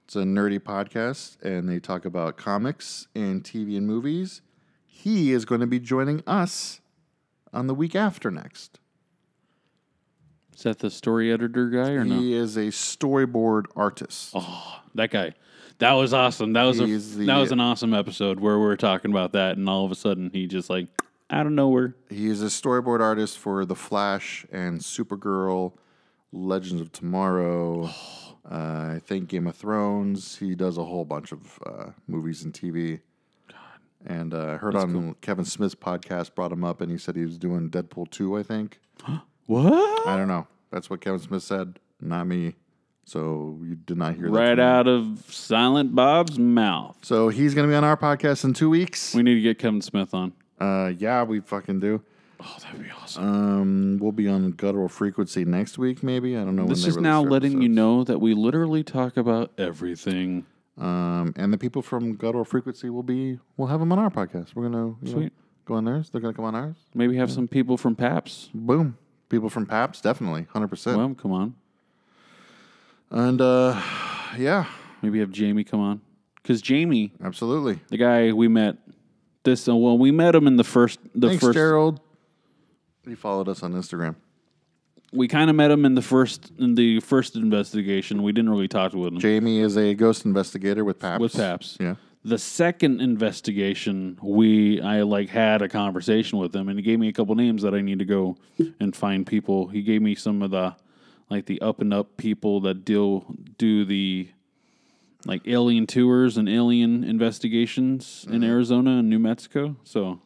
Speaker 2: It's a nerdy podcast, and they talk about comics and TV and movies. He is going to be joining us on the week after next.
Speaker 1: Is that the story editor guy or no?
Speaker 2: He is a storyboard artist.
Speaker 1: That guy. That was awesome. That was a,
Speaker 2: He's the-
Speaker 1: that was an awesome episode where we were talking about that, and all of a sudden he just like out of nowhere.
Speaker 2: He is a storyboard artist for The Flash and Supergirl, Legends of Tomorrow, uh, I think Game of Thrones. He does a whole bunch of uh, movies and TV. And uh, I heard on Kevin Smith's podcast brought him up, and he said he was doing Deadpool 2, I think.
Speaker 1: What?
Speaker 2: I don't know. That's what Kevin Smith said, not me. So you did not hear that.
Speaker 1: Right
Speaker 2: from me.
Speaker 1: out of Silent Bob's mouth.
Speaker 2: So he's going to be on our podcast in two weeks.
Speaker 1: We need to get Kevin Smith on.
Speaker 2: Uh, yeah, we fucking do.
Speaker 1: Oh, that'd be awesome.
Speaker 2: Um, we'll be on guttural frequency next week, maybe. I don't know. when
Speaker 1: This
Speaker 2: they
Speaker 1: is
Speaker 2: release
Speaker 1: now
Speaker 2: their
Speaker 1: letting you
Speaker 2: episodes.
Speaker 1: know that we literally talk about everything.
Speaker 2: Um, and the people from guttural frequency will be. We'll have them on our podcast. We're gonna you know,
Speaker 1: Sweet.
Speaker 2: go on theirs. They're gonna come on ours.
Speaker 1: Maybe have some people from PAPS.
Speaker 2: Boom. People from Paps, definitely, hundred percent.
Speaker 1: Well, come on.
Speaker 2: And uh, yeah,
Speaker 1: Maybe have Jamie come on. Because Jamie,
Speaker 2: absolutely.
Speaker 1: the guy we met, this, uh, well, we met him in the first, the
Speaker 2: Thanks,
Speaker 1: first,
Speaker 2: Gerald. He followed us on Instagram.
Speaker 1: we kind of met him in the first, in the first investigation. We didn't really talk to him.
Speaker 2: Jamie is a ghost investigator with Paps.
Speaker 1: with Paps.
Speaker 2: Yeah.
Speaker 1: The second investigation, we I like had a conversation with him, and he gave me a couple names that I need to go and find people. He gave me some of the like the up and up people that deal do the like alien tours and alien investigations in Arizona and New Mexico. So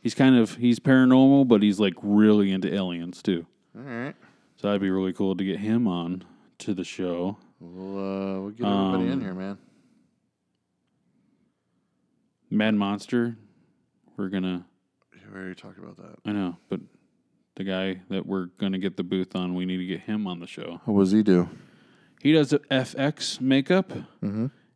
Speaker 1: he's kind of he's paranormal, but he's like really into aliens too.
Speaker 2: All right.
Speaker 1: So that'd be really cool to get him on to the show.
Speaker 2: We'll uh, we'll get everybody
Speaker 1: Um,
Speaker 2: in here, man.
Speaker 1: Mad Monster, we're gonna
Speaker 2: We already talked about that.
Speaker 1: I know, but the guy that we're going to get the booth on, we need to get him on the show.
Speaker 2: What does he do?
Speaker 1: He does FX makeup,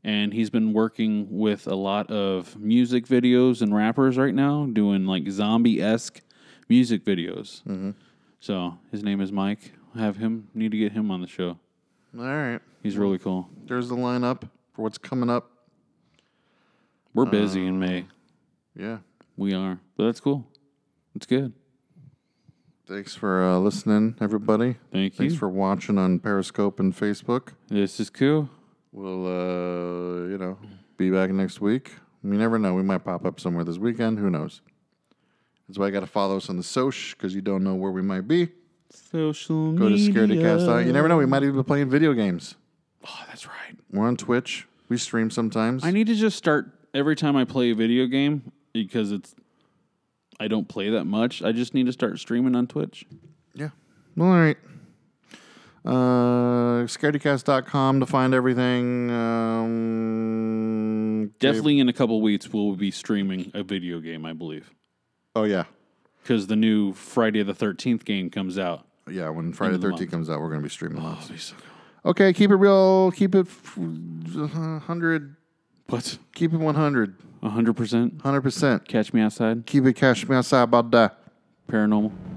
Speaker 1: and he's been working with a lot of music videos and rappers right now, doing like zombie esque music videos. So his name is Mike. Have him, need to get him on the show.
Speaker 2: All right.
Speaker 1: He's really cool.
Speaker 2: There's the lineup for what's coming up.
Speaker 1: We're busy in May.
Speaker 2: Yeah.
Speaker 1: We are. But that's cool. It's good.
Speaker 2: Thanks for uh, listening, everybody.
Speaker 1: Thank
Speaker 2: Thanks
Speaker 1: you.
Speaker 2: for watching on Periscope and Facebook.
Speaker 1: this is cool.
Speaker 2: We'll, uh, you know, be back next week. We never know. We might pop up somewhere this weekend. Who knows? That's why you got to follow us on the Soch because you don't know where we might be.
Speaker 1: Social
Speaker 2: Go to
Speaker 1: media.
Speaker 2: scaredycast.com. You never know. We might even be playing video games.
Speaker 1: Oh, that's right.
Speaker 2: We're on Twitch. We stream sometimes.
Speaker 1: I need to just start every time I play a video game because it's I don't play that much. I just need to start streaming on Twitch.
Speaker 2: Yeah. All right. Uh, scaredycast.com to find everything. Um,
Speaker 1: Definitely in a couple weeks we'll be streaming a video game, I believe,
Speaker 2: Oh, yeah.
Speaker 1: because the new Friday the Thirteenth game comes out.
Speaker 2: Yeah, when Friday
Speaker 1: of the
Speaker 2: the 13th
Speaker 1: month. Uh-huh.
Speaker 2: comes out, we're going to be streaming
Speaker 1: Oh,
Speaker 2: lots. Okay, keep it real. Keep it f- 100.
Speaker 1: What?
Speaker 2: Keep it 100.
Speaker 1: hundred percent.
Speaker 2: 100%.
Speaker 1: Catch me outside.
Speaker 2: Keep it cash me outside about that.
Speaker 1: Paranormal.